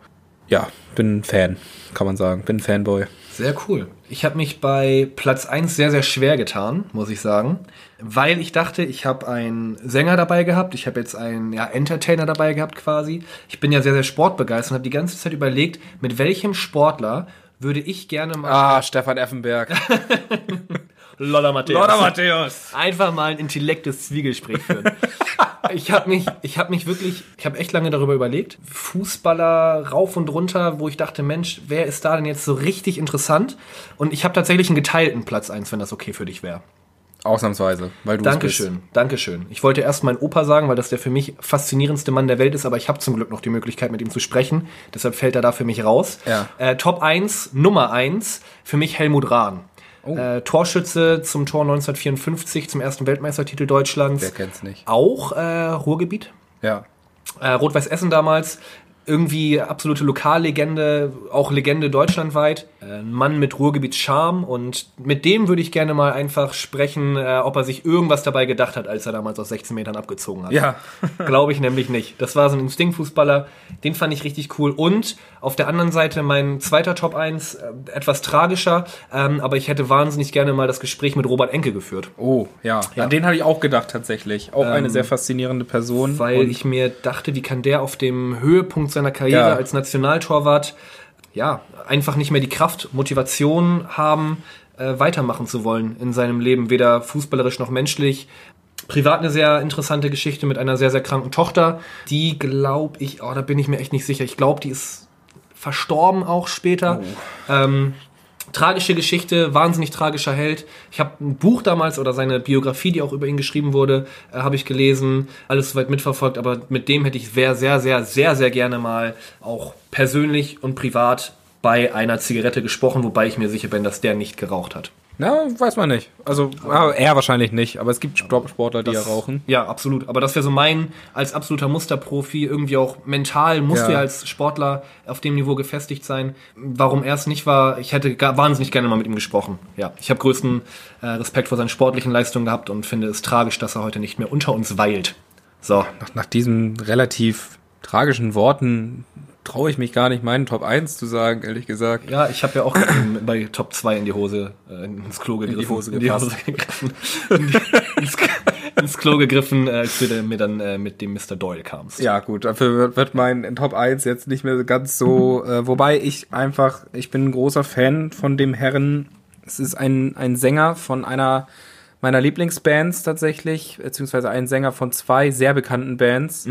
[SPEAKER 1] Ja, bin ein Fan, kann man sagen. Bin ein Fanboy.
[SPEAKER 2] Sehr cool. Ich habe mich bei Platz 1 sehr, sehr schwer getan, muss ich sagen, weil ich dachte, ich habe einen Sänger dabei gehabt, ich habe jetzt einen ja, Entertainer dabei gehabt quasi. Ich bin ja sehr, sehr sportbegeistert und habe die ganze Zeit überlegt, mit welchem Sportler würde ich gerne mal...
[SPEAKER 1] Ah, Stefan (laughs) Effenberg.
[SPEAKER 2] Lolla Matthäus.
[SPEAKER 1] Oder Matthäus.
[SPEAKER 2] Einfach mal ein intellektes Zwiegespräch führen. ich habe mich, ich habe mich wirklich, ich habe echt lange darüber überlegt. Fußballer rauf und runter, wo ich dachte, Mensch, wer ist da denn jetzt so richtig interessant? Und ich habe tatsächlich einen geteilten Platz eins, wenn das okay für dich wäre.
[SPEAKER 1] Ausnahmsweise, weil du es bist.
[SPEAKER 2] Dankeschön, Dankeschön. Ich wollte erst meinen Opa sagen, weil das der für mich faszinierendste Mann der Welt ist, aber ich habe zum Glück noch die Möglichkeit, mit ihm zu sprechen. Deshalb fällt er da für mich raus.
[SPEAKER 1] Ja.
[SPEAKER 2] Äh, Top 1, Nummer 1, für mich Helmut Rahn.
[SPEAKER 1] Oh.
[SPEAKER 2] Äh, Torschütze zum Tor 1954, zum ersten Weltmeistertitel Deutschlands.
[SPEAKER 1] Wer kennt's nicht?
[SPEAKER 2] Auch äh, Ruhrgebiet,
[SPEAKER 1] Ja.
[SPEAKER 2] äh, Rot-Weiß Essen damals. Irgendwie absolute Lokallegende, auch Legende deutschlandweit. Äh, Ein Mann mit Ruhrgebietscharme und mit dem würde ich gerne mal einfach sprechen, äh, ob er sich irgendwas dabei gedacht hat, als er damals aus 16 Metern abgezogen hat.
[SPEAKER 1] Ja.
[SPEAKER 2] (laughs) Glaube ich nämlich nicht. Das war so ein Instinktfußballer, den fand ich richtig cool. Und auf der anderen Seite mein zweiter Top 1, äh, etwas tragischer, ähm, aber ich hätte wahnsinnig gerne mal das Gespräch mit Robert Enke geführt.
[SPEAKER 1] Oh, ja. Ähm, An den habe ich auch gedacht tatsächlich. Auch eine sehr faszinierende Person.
[SPEAKER 2] weil
[SPEAKER 1] Und
[SPEAKER 2] ich mir dachte, wie kann der auf dem Höhepunkt seiner Karriere
[SPEAKER 1] Ja.
[SPEAKER 2] als Nationaltorwart ja einfach nicht mehr die Kraft, Motivation haben, äh, weitermachen zu wollen in seinem Leben, weder fußballerisch noch menschlich. Privat eine sehr interessante Geschichte mit einer sehr, sehr kranken Tochter. Die glaube ich, oh, da bin ich mir echt nicht sicher. Ich glaube, die ist verstorben auch später.
[SPEAKER 1] Oh.
[SPEAKER 2] Ähm, tragische Geschichte, wahnsinnig tragischer Held. Ich habe ein Buch damals oder seine Biografie, die auch über ihn geschrieben wurde, äh, habe ich gelesen, alles soweit mitverfolgt, aber mit dem hätte ich sehr, sehr, sehr, sehr, sehr gerne mal auch persönlich und privat bei einer Zigarette gesprochen, wobei ich mir sicher bin, dass der nicht geraucht hat.
[SPEAKER 1] Na, weiß man nicht. Also ah, er wahrscheinlich nicht, aber es gibt Sportler, die ja rauchen.
[SPEAKER 2] Ja, absolut. Aber das wäre so mein, als absoluter Musterprofi, irgendwie auch mental, musst
[SPEAKER 1] Ja.
[SPEAKER 2] du ja als Sportler auf dem Niveau gefestigt sein. Warum er es nicht war, ich hätte gar, wahnsinnig gerne mal mit ihm gesprochen. Ja, ich habe größten äh, Respekt vor seinen sportlichen Leistungen gehabt und finde es tragisch, dass er heute nicht mehr unter uns weilt. So,
[SPEAKER 1] Nach, nach diesen relativ tragischen Worten traue ich mich gar nicht, meinen Top 1 zu sagen, ehrlich gesagt.
[SPEAKER 2] ja, ich habe ja auch mit ihm bei Top 2 in die Hose, äh, ins Klo gegriffen.
[SPEAKER 1] Hose
[SPEAKER 2] in die Hose gegriffen. In die, (laughs) ins, ins Klo gegriffen, äh, als du mir dann äh, mit dem Mr. Doyle kamst.
[SPEAKER 1] Ja, gut, dafür wird, wird mein Top 1 jetzt nicht mehr ganz so, äh, wobei ich einfach, ich bin ein großer Fan von dem Herren. Es ist ein, ein Sänger von einer meiner Lieblingsbands tatsächlich, beziehungsweise ein Sänger von zwei sehr bekannten Bands.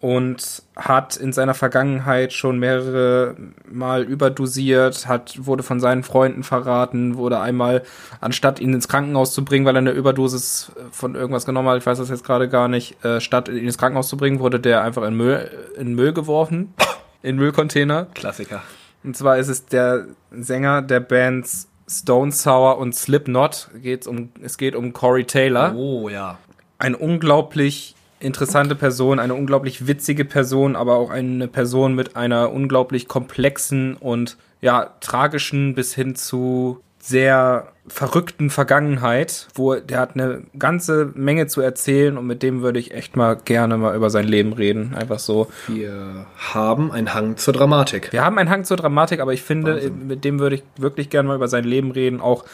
[SPEAKER 1] und hat in seiner Vergangenheit schon mehrere Mal überdosiert, hat, wurde von seinen Freunden verraten, wurde einmal, anstatt ihn ins Krankenhaus zu bringen, weil er eine Überdosis äh, von irgendwas genommen hat, ich weiß das jetzt gerade gar nicht, äh, statt ihn ins Krankenhaus zu bringen, wurde der einfach in Müll, in Müll geworfen, (coughs) in Müllcontainer.
[SPEAKER 2] Klassiker.
[SPEAKER 1] Und zwar ist es der Sänger der Bands Stone Sour und Slipknot, geht's um, es geht um Corey Taylor
[SPEAKER 2] Oh ja.
[SPEAKER 1] eine unglaublich interessante Person, eine unglaublich witzige Person, aber auch eine Person mit einer unglaublich komplexen und ja, tragischen bis hin zu sehr verrückten Vergangenheit, wo der hat eine ganze Menge zu erzählen und mit dem würde ich echt mal gerne mal über sein Leben reden, einfach so.
[SPEAKER 2] Wir haben einen Hang zur Dramatik.
[SPEAKER 1] Wir haben einen Hang zur Dramatik, aber ich finde, mit dem würde ich wirklich gerne mal über sein Leben reden. Auch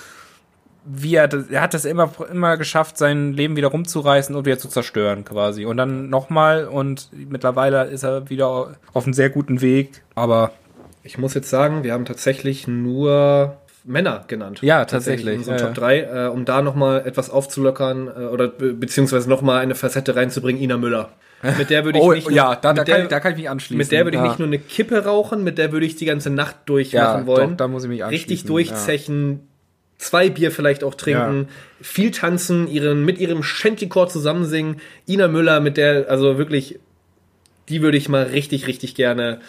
[SPEAKER 1] wie er, das, er hat es immer, immer geschafft, sein Leben wieder rumzureißen und wieder zu zerstören quasi. Und dann nochmal und mittlerweile ist er wieder auf einem sehr guten Weg. Aber
[SPEAKER 2] Ich muss jetzt sagen, wir haben tatsächlich nur Männer genannt.
[SPEAKER 1] Ja, tatsächlich,
[SPEAKER 2] In unseren
[SPEAKER 1] ja,
[SPEAKER 2] Top 3, äh, um da nochmal etwas aufzulockern äh, oder be beziehungsweise nochmal eine Facette reinzubringen, Ina Müller. Mit der
[SPEAKER 1] (laughs)
[SPEAKER 2] würde
[SPEAKER 1] Oh,
[SPEAKER 2] ich nicht nur- mit der,
[SPEAKER 1] ich mich anschließen.
[SPEAKER 2] mit der würde ich
[SPEAKER 1] ja.
[SPEAKER 2] nicht nur eine Kippe rauchen, mit der würde ich die ganze Nacht durchmachen
[SPEAKER 1] Ja,
[SPEAKER 2] wollen.
[SPEAKER 1] doch, da muss ich mich anschließen,
[SPEAKER 2] Richtig durchzechen, zwei Bier vielleicht auch trinken, viel tanzen, ihren, mit ihrem Shantycore zusammensingen. Ina Müller, mit der, also wirklich, die würde ich mal richtig, richtig gerne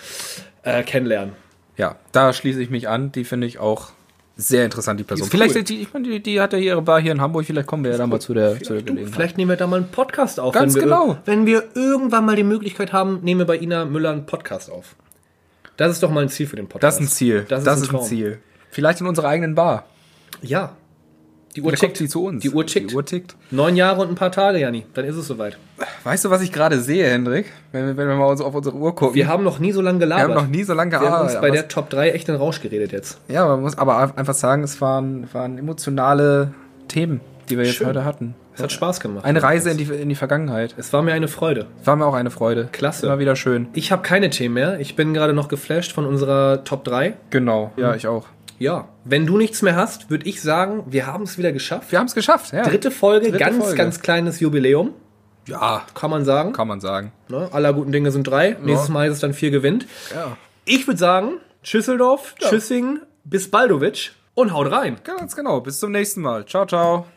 [SPEAKER 2] äh, kennenlernen.
[SPEAKER 1] Ja, da schließe ich mich an. Die finde ich auch sehr interessant, die Person.
[SPEAKER 2] ist
[SPEAKER 1] vielleicht,
[SPEAKER 2] cool.
[SPEAKER 1] die, ich meine, die, die hat ja ihre Bar hier in Hamburg. Vielleicht kommen wir ja da mal zu der, zu der
[SPEAKER 2] Du,
[SPEAKER 1] Gelegenheit.
[SPEAKER 2] vielleicht nehmen wir da mal einen Podcast auf.
[SPEAKER 1] Ganz
[SPEAKER 2] wenn wir,
[SPEAKER 1] genau.
[SPEAKER 2] Wenn wir irgendwann mal die Möglichkeit haben, nehmen wir bei Ina Müller einen Podcast auf. Das ist doch mal ein Ziel für den Podcast.
[SPEAKER 1] Das ist ein Ziel.
[SPEAKER 2] Das ist ein Traum.
[SPEAKER 1] Ziel. Vielleicht in unserer eigenen Bar.
[SPEAKER 2] Ja. Die Uhr
[SPEAKER 1] Dann kommt
[SPEAKER 2] tickt.
[SPEAKER 1] sie zu uns.
[SPEAKER 2] Die Uhr tickt.
[SPEAKER 1] Die Uhr tickt.
[SPEAKER 2] Neun Jahre und ein paar Tage, Jani. Dann ist es soweit.
[SPEAKER 1] Weißt du, was ich gerade sehe, Hendrik? Wenn, wir- wenn wir mal so auf unsere Uhr gucken.
[SPEAKER 2] Wir haben noch nie so lange
[SPEAKER 1] Hm. Wir
[SPEAKER 2] gelabert.
[SPEAKER 1] haben noch nie so lange
[SPEAKER 2] Wir haben uns
[SPEAKER 1] gearbeitet.
[SPEAKER 2] bei
[SPEAKER 1] aber
[SPEAKER 2] der Top 3 echt in Rausch geredet jetzt.
[SPEAKER 1] es- ja, man muss aber einfach sagen, es waren, waren emotionale Themen, die wir jetzt
[SPEAKER 2] Schön.
[SPEAKER 1] heute hatten.
[SPEAKER 2] Es hat Spaß gemacht.
[SPEAKER 1] Eine Reise in die, in die Vergangenheit.
[SPEAKER 2] Es war mir eine Freude.
[SPEAKER 1] War mir auch eine Freude.
[SPEAKER 2] Klasse.
[SPEAKER 1] Immer wieder schön.
[SPEAKER 2] Ich habe keine Themen mehr. Ich bin gerade noch geflasht von unserer Top 3.
[SPEAKER 1] Genau.
[SPEAKER 2] Mhm.
[SPEAKER 1] Ja, ich auch.
[SPEAKER 2] Ja. Wenn du nichts mehr hast, würde ich sagen, wir haben es wieder geschafft.
[SPEAKER 1] Wir haben es geschafft. Ja.
[SPEAKER 2] Dritte Folge,
[SPEAKER 1] Dritte
[SPEAKER 2] ganz,
[SPEAKER 1] Folge.
[SPEAKER 2] ganz kleines Jubiläum,
[SPEAKER 1] Ja,
[SPEAKER 2] kann man sagen.
[SPEAKER 1] kann man sagen.
[SPEAKER 2] Ne? Aller guten Dinge sind drei. Nächstes Mal ist es dann vier gewinnt. Ich würde sagen, Tschüsseldorf, Tschüssing, bis Baldowitsch und haut rein.
[SPEAKER 1] Ganz genau. Bis zum nächsten Mal. Ciao, ciao.